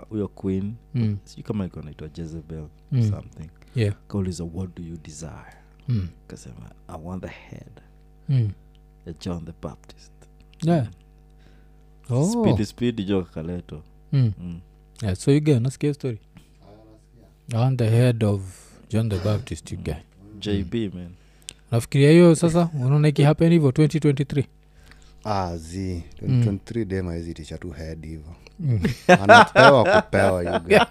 [SPEAKER 2] huyo queen
[SPEAKER 1] mm,
[SPEAKER 2] sijui kama ilikuwa naitwa jezebel
[SPEAKER 1] Mm.
[SPEAKER 2] something
[SPEAKER 1] yeah.
[SPEAKER 2] akauliza what do you desire
[SPEAKER 1] Mm,
[SPEAKER 2] akasema i want the head
[SPEAKER 1] mm.
[SPEAKER 2] ya john the baptist
[SPEAKER 1] Yeah. Oh.
[SPEAKER 2] spidi spidi jo kakaletwa
[SPEAKER 1] Mm.
[SPEAKER 2] mm.
[SPEAKER 1] Yeah, so you guy unasikia story on the head of john the baptist you guy
[SPEAKER 2] jb
[SPEAKER 1] Mm.
[SPEAKER 2] man
[SPEAKER 1] nafikiria hiyo sasa unaona ikihapen hivyo 2023
[SPEAKER 3] Ah, zi 23 mm. dem aezitisha tu head hivo anapewa kupewa yuga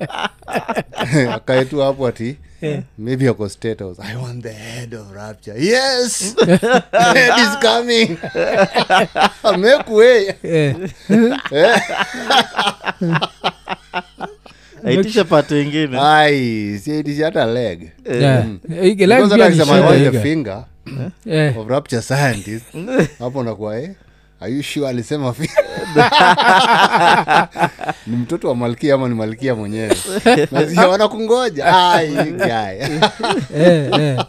[SPEAKER 3] akaetu hapo ati maybe ako status i want the head of rapture yes head is coming make way
[SPEAKER 1] Eh,
[SPEAKER 2] aitisha pati ingine
[SPEAKER 1] Ah,
[SPEAKER 3] ai siaitisha hata leg
[SPEAKER 1] yeah. Eh, ige- like
[SPEAKER 3] Kwanza
[SPEAKER 1] pia ni
[SPEAKER 3] akisema,
[SPEAKER 1] shida,
[SPEAKER 3] "I want the
[SPEAKER 1] ige.
[SPEAKER 3] finger
[SPEAKER 1] Eh,
[SPEAKER 3] of rapture scientist hapo nakuwa eh? are you sure alisema fi ni mtoto wa malkia ama ni malkia mwenyewe Nasikia wanakungoja Ai, guy.
[SPEAKER 1] eh, eh.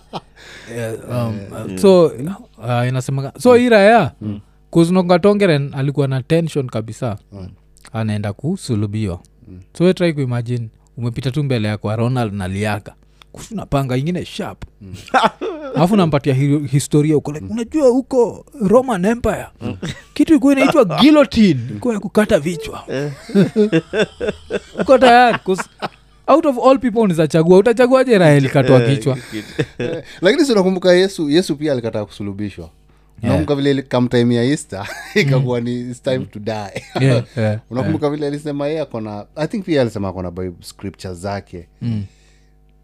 [SPEAKER 1] Eh, Mm. um, so uh, inasemaka so hii raya kuznongatongeren alikuwa na tension kabisa anaenda kusulubiwa so we try kuimagine umepita tu mbele yako ronald na liaka Kush, unapanga ingine sharp alafu nampatia hi- historia huko like, unajua huko roman empire kitu ikuwa inaitwa guillotine ilikuwa ya kukata vichwa uko tayari 'Cause out of all people nizachagua utachaguaje raha ilikatwa kichwa
[SPEAKER 3] lakini sinakumbuka yesu yesu pia alikataa kusulubishwa unakumbuka vile ile kamtime ya easter ikakuwa ni "It's time to die
[SPEAKER 1] Yeah, yeah.
[SPEAKER 3] unakumbuka vile alisema yeye akona i think pia alisema akona bible scripture zake mm.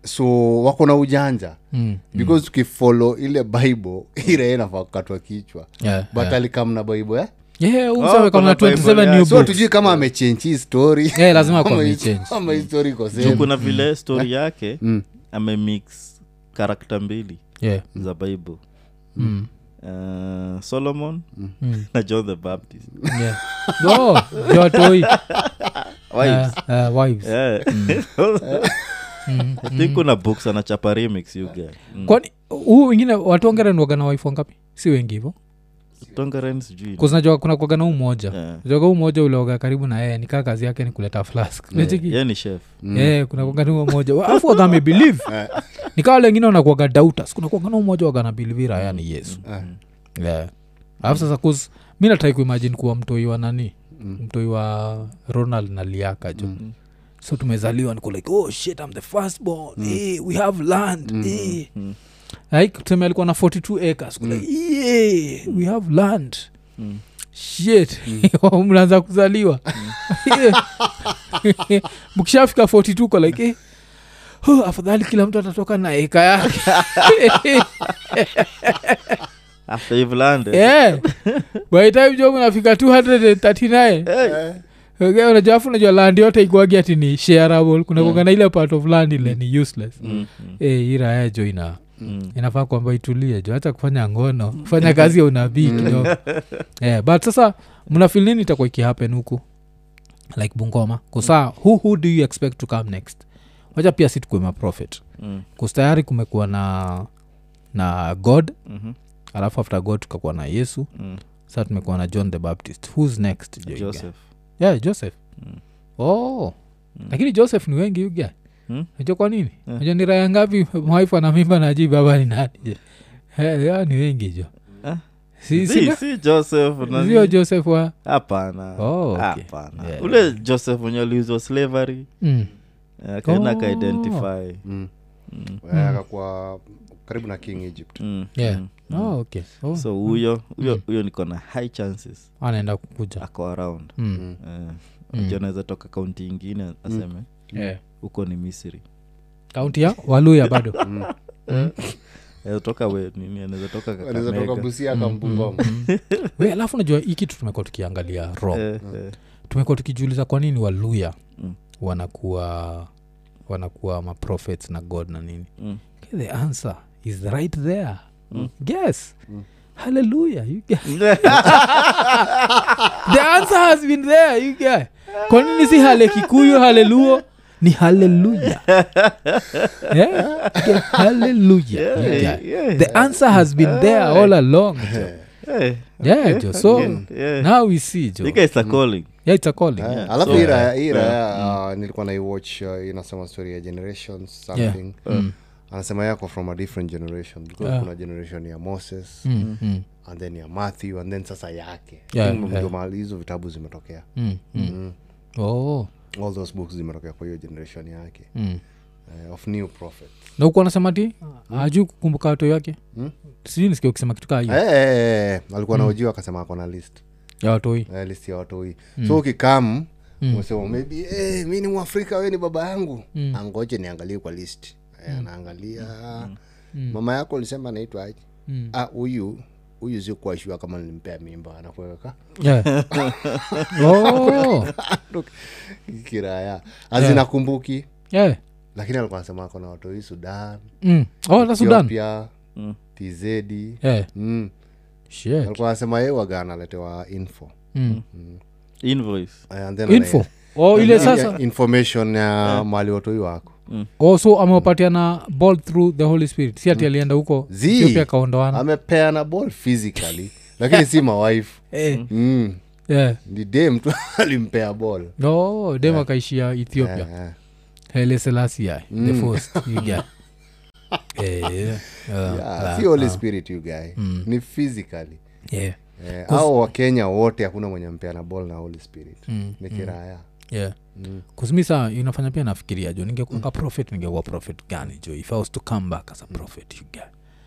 [SPEAKER 3] so wako na ujanja
[SPEAKER 1] Mm.
[SPEAKER 3] because tukifolo ile bible ile nafaa kukatwa kichwa
[SPEAKER 1] Yeah,
[SPEAKER 3] but alikam na bible eh?
[SPEAKER 1] Yeah, huyu
[SPEAKER 2] Oh,
[SPEAKER 1] msee amekuwa na
[SPEAKER 2] kuna Bible,
[SPEAKER 1] 27
[SPEAKER 2] yeah.
[SPEAKER 1] new
[SPEAKER 3] so
[SPEAKER 1] books.
[SPEAKER 3] tujui kama amechenji hii story
[SPEAKER 1] Yeah, lazima
[SPEAKER 3] Ama
[SPEAKER 1] akuwa
[SPEAKER 3] hii-
[SPEAKER 1] amechange.
[SPEAKER 3] ama hii story iko
[SPEAKER 2] juu
[SPEAKER 3] same.
[SPEAKER 2] kuna
[SPEAKER 1] Mm.
[SPEAKER 2] vile stori yake amemix karakta mbili
[SPEAKER 1] Yeah.
[SPEAKER 2] za bible
[SPEAKER 1] Mm.
[SPEAKER 2] uh, solomon
[SPEAKER 1] Mm.
[SPEAKER 2] na john the baptist
[SPEAKER 1] Yeah. Oh, jotoi.
[SPEAKER 2] Wives.
[SPEAKER 1] Uh, uh, wives.
[SPEAKER 2] Yeah.
[SPEAKER 1] Mm.
[SPEAKER 2] i think kuna books anachapa remix you guy mm.
[SPEAKER 1] kwani huu wengine watu wangeren wagana waifu wangapi si wengi hivo
[SPEAKER 2] tongaren sijui
[SPEAKER 1] kuzinajua kuna kuagana huu moja
[SPEAKER 2] Yeah.
[SPEAKER 1] jaga huu moja ulioga karibu na yeye nikaa kazi yake ni kuleta flask Unacheki?
[SPEAKER 2] ye ni chef
[SPEAKER 1] Eh, kuna kuagana huu moja Wa- afu wagame believe nikawa wengine wanakuaga doubters kuna kuagana huu moja wagana believe raya ni yesu Mm. yeah. alafu sasa kus mi natrai kuimajini kuwa mtoi wa nani mm. mtoi wa ronald na liaka jo mm. so tumezaliwa niko like oh shit i'm the first born mm. eh, we have land mm. eh. mm. like tuseme alikuwa na 42 acres mm. like, yeah, we have land
[SPEAKER 2] Mm.
[SPEAKER 1] shit mnaanza kuzaliwa Mm. Eh. mkishafika 42 ko like eh, huh, afadhali kila mtu atatoka na eka yake
[SPEAKER 2] after you've landed
[SPEAKER 1] yeah. by the time job unafika 239 okay, unajua afu unajua land yote ikuagi ati ni shareable kuna mm. ile part of land ile ni useless mm.
[SPEAKER 2] Mm, mm.
[SPEAKER 1] e, irayajo ina inafaa kwamba itulie juu hacha kufanya ngono kufanya kazi ya unabii kidogo yeah, but sasa mnafil nini itakuwa ikihapen huku like bungoma kusaa who, who do you expect to come next wacha pia si tukue maprofet
[SPEAKER 2] Mm.
[SPEAKER 1] kustayari kumekuwa na na god
[SPEAKER 2] Mhm.
[SPEAKER 1] alafu after god tukakuwa na yesu
[SPEAKER 2] Mm.
[SPEAKER 1] sa tumekuwa na john the baptist whos next Joiga?
[SPEAKER 2] joseph
[SPEAKER 1] yeah, joseph
[SPEAKER 2] Mm.
[SPEAKER 1] oh
[SPEAKER 2] Mm.
[SPEAKER 1] lakini joseph ni wengi uga
[SPEAKER 2] Mm.
[SPEAKER 1] najua kwa nini
[SPEAKER 2] Yeah.
[SPEAKER 1] najua ni raya ngapi mwaifu ana mimba najui baba ni nani je Eh, ya, ni wengi jo
[SPEAKER 2] Ah.
[SPEAKER 1] Si-
[SPEAKER 2] Si-
[SPEAKER 1] sina-
[SPEAKER 2] si joseph nani?
[SPEAKER 1] sio joseph wa
[SPEAKER 2] hapana
[SPEAKER 1] Oh, okay.
[SPEAKER 2] hapana
[SPEAKER 1] Yeah.
[SPEAKER 2] ule joseph mwenye aliuzwa slavery
[SPEAKER 1] mm.
[SPEAKER 2] eh, akaenda
[SPEAKER 1] Oh.
[SPEAKER 2] akaidentify
[SPEAKER 3] mm.
[SPEAKER 2] Mm.
[SPEAKER 3] Eh, akakuwa karibu na king egypt
[SPEAKER 2] Mm.
[SPEAKER 1] Yeah.
[SPEAKER 2] Mm.
[SPEAKER 1] oh, okay. oh.
[SPEAKER 2] so huyo huyo huyo niko na high chances
[SPEAKER 1] anaenda kukuja
[SPEAKER 2] ako around
[SPEAKER 1] mm.
[SPEAKER 2] Eh, unajua anaweza toka kaunti ingine aseme
[SPEAKER 1] yeah.
[SPEAKER 2] huko ni misri
[SPEAKER 1] kaunti ya waluya bado
[SPEAKER 2] Mm. anaweza toka we nini anaweza toka
[SPEAKER 3] anaweza toka
[SPEAKER 2] kakamega
[SPEAKER 3] busia
[SPEAKER 1] Mm,
[SPEAKER 3] akambungoma
[SPEAKER 1] we alafu najua hii kitu tumekuwa tukiangalia ro
[SPEAKER 2] Eh, eh.
[SPEAKER 1] tumekuwa tukijiuliza kwa nini waluya
[SPEAKER 2] Mm.
[SPEAKER 1] wanakuwa wanakuwa maprophets na god na nini
[SPEAKER 2] Mm.
[SPEAKER 1] okay, the answer is right there mm. yes mm. haleluya you guy. the answer has been there you guy kwa nini si hale kikuyu haleluo ni haleluya yeah? okay, haleluya you
[SPEAKER 2] Yeah,
[SPEAKER 1] guy.
[SPEAKER 2] yeah.
[SPEAKER 1] the answer has been there all along jo.
[SPEAKER 2] Eh,
[SPEAKER 1] yeah jo so
[SPEAKER 2] yeah.
[SPEAKER 1] now we see jo
[SPEAKER 2] You Uh, guys are calling
[SPEAKER 1] yeah, it's a calling
[SPEAKER 3] Eh,
[SPEAKER 1] yeah.
[SPEAKER 3] alafu
[SPEAKER 2] So-
[SPEAKER 3] hii raya- hii raya uh, nilikuwa naiwatch uh, inasema story ya generations
[SPEAKER 1] Yeah. Mm.
[SPEAKER 3] something anasema yako from a different generation because
[SPEAKER 1] Yeah.
[SPEAKER 3] kuna generation ya moses
[SPEAKER 1] Mm, mm,
[SPEAKER 3] and then ya matthew and then sasa yake
[SPEAKER 1] Yeah,
[SPEAKER 3] Think ndio
[SPEAKER 1] yeah.
[SPEAKER 3] mahali hizo vitabu zimetokea
[SPEAKER 1] mm, mm. Oh,
[SPEAKER 3] all those books zimetokea kwa hiyo generation yake
[SPEAKER 1] mm.
[SPEAKER 3] Eh, of new prophet
[SPEAKER 1] na huku anasema ti
[SPEAKER 3] Ah.
[SPEAKER 1] ajuu kukumbuka watu yake
[SPEAKER 3] Hmm?
[SPEAKER 1] sijui nisikia ukisema kitu kaa hiyo
[SPEAKER 3] Eh, eh, eh, eh, alikuwa
[SPEAKER 1] Mm.
[SPEAKER 3] naujiwa akasema ako na list
[SPEAKER 1] ya watoi
[SPEAKER 3] eh, list ya watoi
[SPEAKER 1] Mm.
[SPEAKER 3] so ukikam umesema maybe eh, mi ni mwafrika we ni baba yangu
[SPEAKER 1] Mm.
[SPEAKER 3] angoje niangalie kwa list Eh, anaangalia
[SPEAKER 1] Mm.
[SPEAKER 3] mama yako ulisema anaitwa aje Ah, huyu huyu sikuashua kama nilimpea mimba anakuweka
[SPEAKER 1] Yeah. Oh,
[SPEAKER 3] kiraya azinakumbuki
[SPEAKER 1] Eh. yeah.
[SPEAKER 3] lakini alikuwa anasema ako na watoi sudan
[SPEAKER 1] Mm. Oh, that's Sudan. Eh.
[SPEAKER 3] ethiopia
[SPEAKER 2] Mm.
[SPEAKER 3] tizedi
[SPEAKER 1] Yeah.
[SPEAKER 3] mm.
[SPEAKER 1] Shit.
[SPEAKER 3] alikuwa anasema yeye waga analetewa info
[SPEAKER 1] Mm.
[SPEAKER 2] invoice
[SPEAKER 3] Eh, and then
[SPEAKER 1] info
[SPEAKER 3] ana-
[SPEAKER 1] oh, ile
[SPEAKER 3] Yeah,
[SPEAKER 1] sasa
[SPEAKER 3] information ya mali watoi wako
[SPEAKER 1] oh, so amewapatiana ball through the holy spirit si
[SPEAKER 3] Hmm.
[SPEAKER 1] ati alienda huko
[SPEAKER 3] Zii.
[SPEAKER 1] ethiopia akaondoana
[SPEAKER 3] amepeana ball physically lakini si mawaifu
[SPEAKER 1] Eh,
[SPEAKER 3] mm.
[SPEAKER 1] yeah.
[SPEAKER 3] ndi de mtu alimpea ball
[SPEAKER 1] oh, dem akaishia ethiopia
[SPEAKER 3] Eh, Hmm. eh.
[SPEAKER 1] hele selasia the first you get. Eh, yeah. Mm. Uh,
[SPEAKER 3] Yeah,
[SPEAKER 1] la-
[SPEAKER 3] si holy spirit you guy ni physically
[SPEAKER 1] yeah.
[SPEAKER 3] eh, au wakenya wote hakuna mwenye mpeana ball na holy spirit
[SPEAKER 1] Mm,
[SPEAKER 3] ni kiraya
[SPEAKER 1] yeah kusimi saa inafanya pia nafikiria jo ningekuwa mm. prophet ningekuwa prophet gani jo if i was to come back as a prophet you guy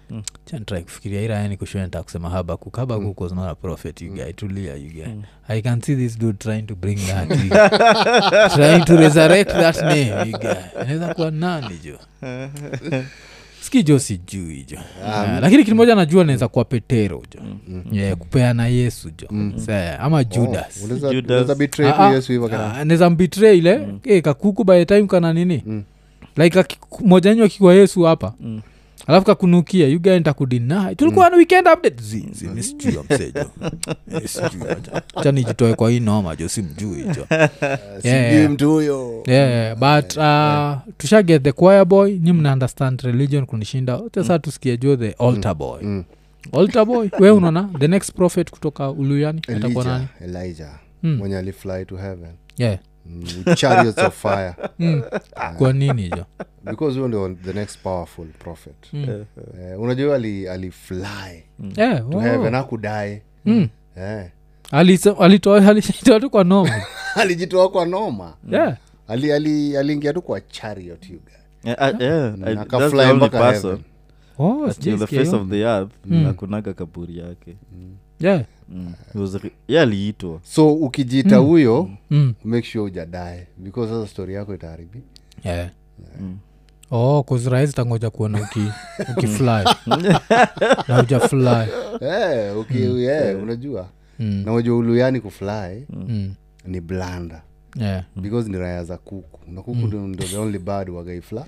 [SPEAKER 2] Mm.
[SPEAKER 1] chantrai kufikiria yaani irayani kushonta kusema habakuk habakuk was not a prophet you guy tulia you guy i can see this dude trying to bring that you guy. trying to resurrect that name you guy anaweza kuwa nani jo ski jo sijui jo yeah, lakini kimoja najua naweza kuwa petero jo yeah, kupeana yesu jo Sa- ama judas
[SPEAKER 3] Oh, unaweza-
[SPEAKER 2] Judas.
[SPEAKER 3] unaweza betray tu
[SPEAKER 1] Ah, ah.
[SPEAKER 3] yesu hivyo Mm. kana-
[SPEAKER 1] Ah, naeza mbitre ile eh, kakuku by the time kana nini
[SPEAKER 3] Mm.
[SPEAKER 1] like akiku- moja wenyu akiwa yesu hapa alafu kakunukia you guy nitakudeny.
[SPEAKER 3] Mm.
[SPEAKER 1] tulikuwa na weekend update Zi- zi, mi sijui ya msejo Mi sijui acha- acha nijitoe kwa hii noma jo simjui jo Yeah,
[SPEAKER 3] sijui
[SPEAKER 1] yeah.
[SPEAKER 3] mtu huyo
[SPEAKER 1] yeah, but uh, tusha get the choir boy ni mna understand religion kunishinda wote
[SPEAKER 3] Mm.
[SPEAKER 1] saa tusikie jo the altar boy altar boy we unaona the next prophet kutoka uluyani atakuwa nani
[SPEAKER 3] Elijah, elijah
[SPEAKER 1] Mm.
[SPEAKER 3] mwenye alifly to heaven
[SPEAKER 1] yeah.
[SPEAKER 3] Mm, with chariots of fire
[SPEAKER 1] mm.
[SPEAKER 3] Ah.
[SPEAKER 1] kwa nini jo
[SPEAKER 3] because huyo ndio the next powerful prophet
[SPEAKER 1] Mm.
[SPEAKER 3] eh, unajua ali, alifly
[SPEAKER 1] yeah,
[SPEAKER 3] Mm. to
[SPEAKER 1] oh.
[SPEAKER 3] heaven akudai
[SPEAKER 1] Mm.
[SPEAKER 3] eh.
[SPEAKER 1] Alisa- alitoa- alitoa tu kwa noma
[SPEAKER 3] alijitoa kwa noma
[SPEAKER 1] yeah.
[SPEAKER 3] ali ali- aliingia tu kwa chariot you guy.
[SPEAKER 2] Eh, ah, yeah, I-
[SPEAKER 3] Aka
[SPEAKER 2] that's the
[SPEAKER 3] fly
[SPEAKER 2] only
[SPEAKER 3] mpaka
[SPEAKER 2] person
[SPEAKER 3] heaven.
[SPEAKER 1] oh,
[SPEAKER 2] that's on the
[SPEAKER 1] sijaisikia
[SPEAKER 2] face
[SPEAKER 1] hiyo.
[SPEAKER 2] of the earth
[SPEAKER 1] Mm.
[SPEAKER 2] akunaga kaburi yake
[SPEAKER 1] Yeah.
[SPEAKER 2] Mm. He was re- ye aliitwa
[SPEAKER 3] so ukijita huyo
[SPEAKER 1] Mm.
[SPEAKER 3] make sure ujadae because sasa story yako itaharibi
[SPEAKER 1] Yeah.
[SPEAKER 2] Mm.
[SPEAKER 1] Oh, 'cause rahisi tangoja kuona uki ukifly na uja fly
[SPEAKER 3] eh, uki, eh, unajua
[SPEAKER 1] Mm.
[SPEAKER 3] na unajua uluyani kufly
[SPEAKER 1] Mm.
[SPEAKER 3] ni blanda
[SPEAKER 1] yeah.
[SPEAKER 3] because ni raya za kuku na kuku
[SPEAKER 1] Mm.
[SPEAKER 3] ndio- ndio the only bird wagaifla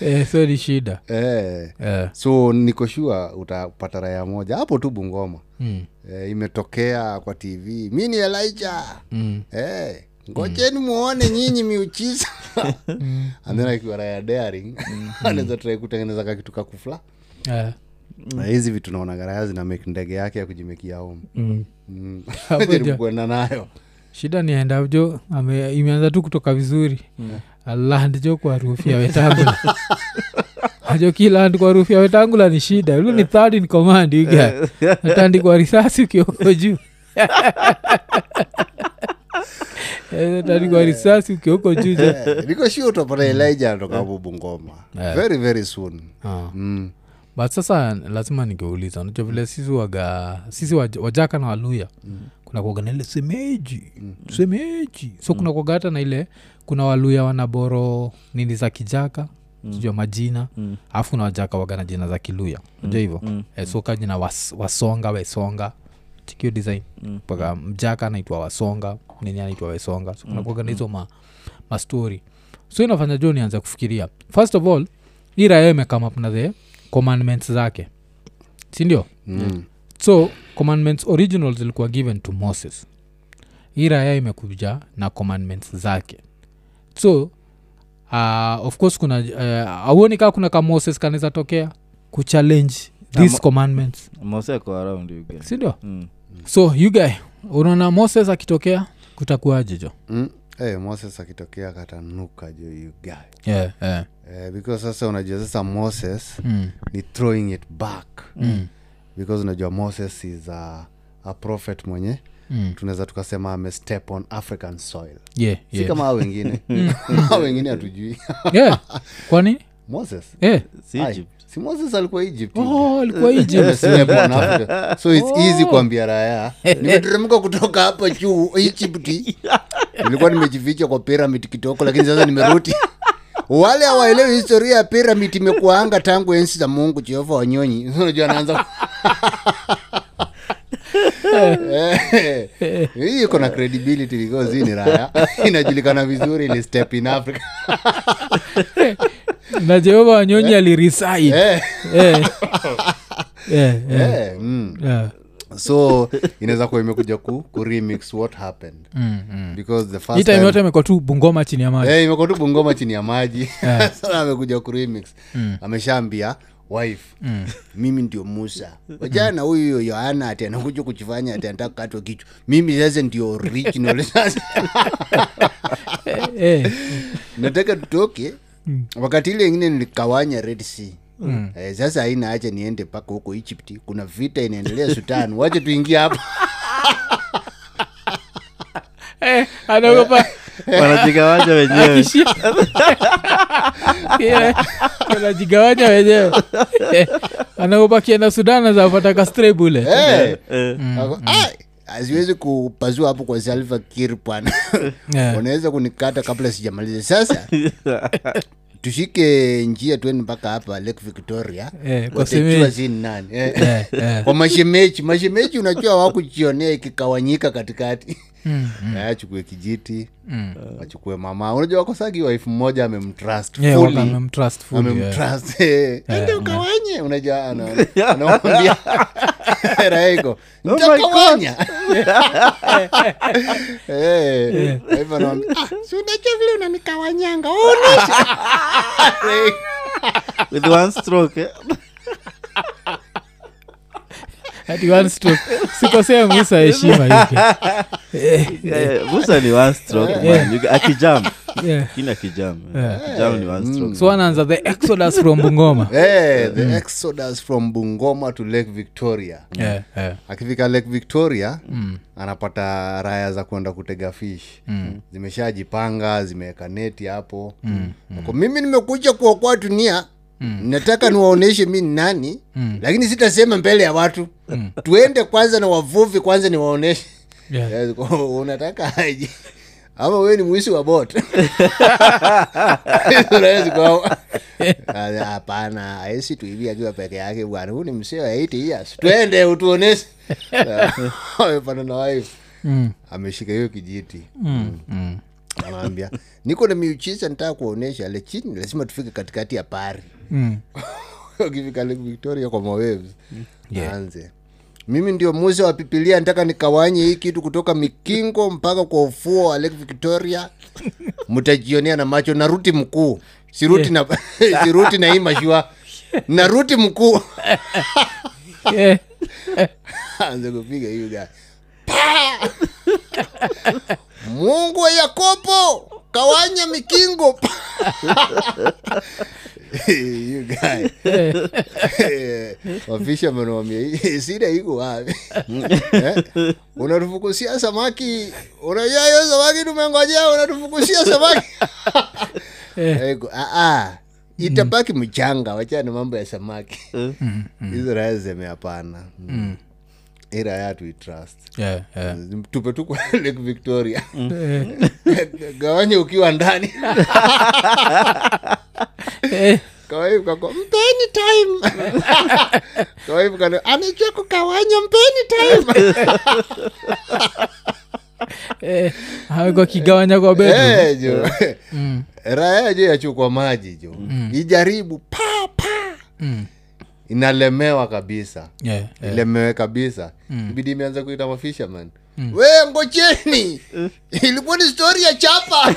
[SPEAKER 1] eh, so ni shida
[SPEAKER 3] eh.
[SPEAKER 1] eh.
[SPEAKER 3] so niko shua utapata raya moja hapo tu bungoma
[SPEAKER 1] mm.
[SPEAKER 3] eh, imetokea kwa tv mi ni elija
[SPEAKER 1] Mm.
[SPEAKER 3] eh, ngojeni muone nyinyi miuchiza
[SPEAKER 1] Hmm.
[SPEAKER 3] and then akiwa raya daring anaweza trai kutengeneza kakitu kakufla
[SPEAKER 1] Eh.
[SPEAKER 3] na hizi vitu naona garaya zina make ndege yake ya kujimekia home Mm.
[SPEAKER 1] Hmm. Hapo
[SPEAKER 3] Jaribu
[SPEAKER 1] ndio.
[SPEAKER 3] kuenda nayo
[SPEAKER 1] shida ni endavyo ame- imeanza tu kutoka vizuri allah ndicho kwa harufu ya wetangula ajo kila handi kwa harufu ya wetangula ni shida ulu ni third in command you guy. atandikwa risasi ukioko juu Eh, atandikwa risasi ukioko juu ja-
[SPEAKER 3] Eh, niko shua utapata
[SPEAKER 1] Hmm.
[SPEAKER 3] elija anatoka
[SPEAKER 1] Eh.
[SPEAKER 3] hapo bungoma very very soon
[SPEAKER 1] Ah.
[SPEAKER 3] mm.
[SPEAKER 1] but sasa lazima ningeuliza nacho vile sisi waga sisi waj- wajaka na waluya kuna kuoga na ile semeji semeji so kuna kuoga hata na ile kuna waluya wanaboro nini za kijaka sijua majina alafu kuna wajaka waga na jina za kiluya najua hivyo Eh, so ka jina was, wasonga wesonga chikio design mpaka mjaka anaitwa wasonga nini anaitwa wesonga so kuna kuoga na hizo ma, mastori so inafanya jo nianze kufikiria first of all hii raya imekama up na the commandments zake sindio Hmm.
[SPEAKER 3] Mm.
[SPEAKER 1] so commandments original zilikuwa given to moses hii raya imekuja na commandments zake so uh, of course kuna uh, auoni kaa kuna ka moses kanaweza tokea kuchallenge these
[SPEAKER 2] mo-
[SPEAKER 1] commandments
[SPEAKER 2] moseko around you guys.
[SPEAKER 1] sindio
[SPEAKER 2] Mm.
[SPEAKER 1] so you guy unaona moses akitokea kutakuaje jo
[SPEAKER 3] Mm. Eh, moses akitokea katanuka jo you guy
[SPEAKER 1] yeah, yeah.
[SPEAKER 3] eh, because sasa unajua sasa moses
[SPEAKER 1] Mm.
[SPEAKER 3] ni throwing it back
[SPEAKER 1] Mm.
[SPEAKER 3] because unajua moses is a, a prophet mwenye
[SPEAKER 1] Mm.
[SPEAKER 3] tunaweza tukasema ame step on african soil
[SPEAKER 1] Yeah,
[SPEAKER 3] si
[SPEAKER 1] yeah.
[SPEAKER 3] kama hao wengine hao wengine hatujui
[SPEAKER 1] yeah. kwani
[SPEAKER 3] moses
[SPEAKER 1] yeah.
[SPEAKER 2] Si
[SPEAKER 3] Ai,
[SPEAKER 2] Egypt.
[SPEAKER 3] si moses alikuwa egypt
[SPEAKER 1] oh, alikuwa Egypt.
[SPEAKER 3] Ame step on Africa. so its easy kuambia raya nimeteremka kutoka hapa juu egypt nilikuwa nimejificha kwa pyramid kitoko lakini sasa nimerudi wale hawaelewi historia ya pyramid imekuanga tangu ensi za mungu jehova wanyonyi unajua anaanza Eh, hii iko na credibility because hii ni raya inajulikana vizuri ili step in africa
[SPEAKER 1] na jehova wanyonyi alirisaid
[SPEAKER 3] Eh,
[SPEAKER 1] Eh. Eh, eh,
[SPEAKER 3] eh, mm.
[SPEAKER 1] eh.
[SPEAKER 3] so inaweza kuwa imekuja ku, ku remix what happened because the first
[SPEAKER 1] Mm-hmm. hii time
[SPEAKER 3] time-
[SPEAKER 1] yote imekuwa tu bungoma chini ya maji
[SPEAKER 3] Eh, imekuwa tu bungoma chini ya maji sasa amekuja kuremix
[SPEAKER 1] Mm.
[SPEAKER 3] ameshaambia wife mimi ndio musa wajana huyu yohana ati anakuja kuchifanya ati anataka katwa kichwa mimi sasa ndio original sasa
[SPEAKER 1] Eh,
[SPEAKER 3] nataka tutoke
[SPEAKER 1] Mm.
[SPEAKER 3] wakati ile ingine nilikawanya red sea Mm. Eh, sasa haina acha niende mpaka huko egypt kuna vita inaendelea sudan wache tuingie hapa
[SPEAKER 1] eh, anaogopa
[SPEAKER 2] wanajigawanya wenyewe
[SPEAKER 1] akishia Yeah, anajigawanya wenyewe Eh, anaogopa akienda sudan azapata kastre bule
[SPEAKER 3] Eh.
[SPEAKER 2] Eh.
[SPEAKER 1] Mm.
[SPEAKER 3] Ako- "Ah, haziwezi kupasua hapo kwa salva kir bwana
[SPEAKER 1] Eh.
[SPEAKER 3] unaweza kunikata kabla sijamaliza sasa tushike njia tuende mpaka hapa lake victoria
[SPEAKER 1] Eh, kwa
[SPEAKER 3] Watajua
[SPEAKER 1] shemeji.
[SPEAKER 3] si ni nani Eh.
[SPEAKER 1] Eh, eh.
[SPEAKER 3] kwa mashemeji mashemeji unajua wakujionea ikikawanyika katikati
[SPEAKER 1] Mm,
[SPEAKER 3] Eh, achukue kijiti
[SPEAKER 1] mm.
[SPEAKER 3] achukue mama unajua wakosagi wa elfu moja amemtrust
[SPEAKER 1] Yeah,
[SPEAKER 3] fully.
[SPEAKER 1] waka amemtrust fully, eh.
[SPEAKER 3] amemtrust eh. ende ukawanye unajua ana- anamwambia raiko ntakawanya Eh, kwa hivyo anamwambia, "Ah, si unajua vile unanikawanyanga uonesha
[SPEAKER 2] with one stroke eh?
[SPEAKER 1] Ati one stroke. sikosea musa heshima yuke.
[SPEAKER 2] Eh, musa ni one stroke
[SPEAKER 1] Yeah.
[SPEAKER 2] man. You got- akijam
[SPEAKER 1] Yeah.
[SPEAKER 2] kini akijam eh.
[SPEAKER 1] Yeah.
[SPEAKER 2] akijam ni one stroke
[SPEAKER 1] so anaanza the exodus from bungoma
[SPEAKER 3] Eh, the exodus from bungoma to lake victoria
[SPEAKER 1] Eh, eh.
[SPEAKER 3] akifika lake victoria anapata raya za kwenda kutega fish mm. zimeshajipanga zimeweka neti hapo mm. Mm. mimi nimekuja kuokoa dunia mm. nataka niwaonyeshe mi ni nani mm. lakini sitasema mbele ya watu mm. tuende kwanza na wavuvi kwanza niwaonyeshe
[SPEAKER 1] Yeah.
[SPEAKER 3] Yes, Eh, kwa- unataka aje ama wewe ni mwisi wa bot Unaweza kwa- Ah, hapana aesi tuivi akiwa peke yake bwana huu ni msee wa 80 years twende utuoneshe Ah, amepanda na wife
[SPEAKER 1] mm.
[SPEAKER 3] ameshika hiyo kijiti
[SPEAKER 1] Mm. Mm.
[SPEAKER 3] anaambia niko na miuchiza nitaka kuonyesha lakini lazima tufike katikati ya pari
[SPEAKER 1] Mm.
[SPEAKER 3] ukifika lake victoria kwa mawaves aanze mimi ndio musa wa pipilia nataka nikawanye hii kitu kutoka mikingo mpaka kwa ufuo wa lake victoria mtajionea na macho na ruti mkuu siruti na siruti na hii mashua na ruti mkuu
[SPEAKER 1] Eh.
[SPEAKER 3] anze kupiga hiyo gari Pa! mungu wa yakobo kawanya mikingo Pa! You guy. Eh, wafisha manawambia sida iko wapi Eh? unatufukusia samaki unajua hiyo samaki tumengojea unatufukusia samaki Eko, "Ah, ah, itabaki mchanga wachana mambo ya samaki hizo raya zemeapana hii raya hatuitrust
[SPEAKER 1] Yeah, yeah.
[SPEAKER 3] tupe tu kwa lake victoria
[SPEAKER 1] Mm.
[SPEAKER 3] gawanye ukiwa ndani
[SPEAKER 1] Eh.
[SPEAKER 3] kawaifuka kwa mpeni time kawaifuka na- anajua kukawanya mpeni time
[SPEAKER 1] Eh. awekwa kigawanya kwa bedu
[SPEAKER 3] Eh, jo
[SPEAKER 1] Mm.
[SPEAKER 3] raya jo yachukwa maji jo ijaribu pa pa
[SPEAKER 1] Mm.
[SPEAKER 3] inalemewa kabisa
[SPEAKER 1] Yeah, yeah.
[SPEAKER 3] ilemewe kabisa ibidi imeanza kuita mafisherman we ngocheni ilikuwa ni stori ya chapa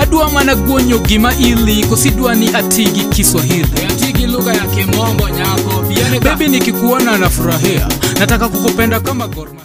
[SPEAKER 4] adwa mana guonyo gima ili kosidwa ni atigi kiswahili atigi lugha ya kimombo nyako bebi nikikuona nafurahia nataka kukupenda kama gorma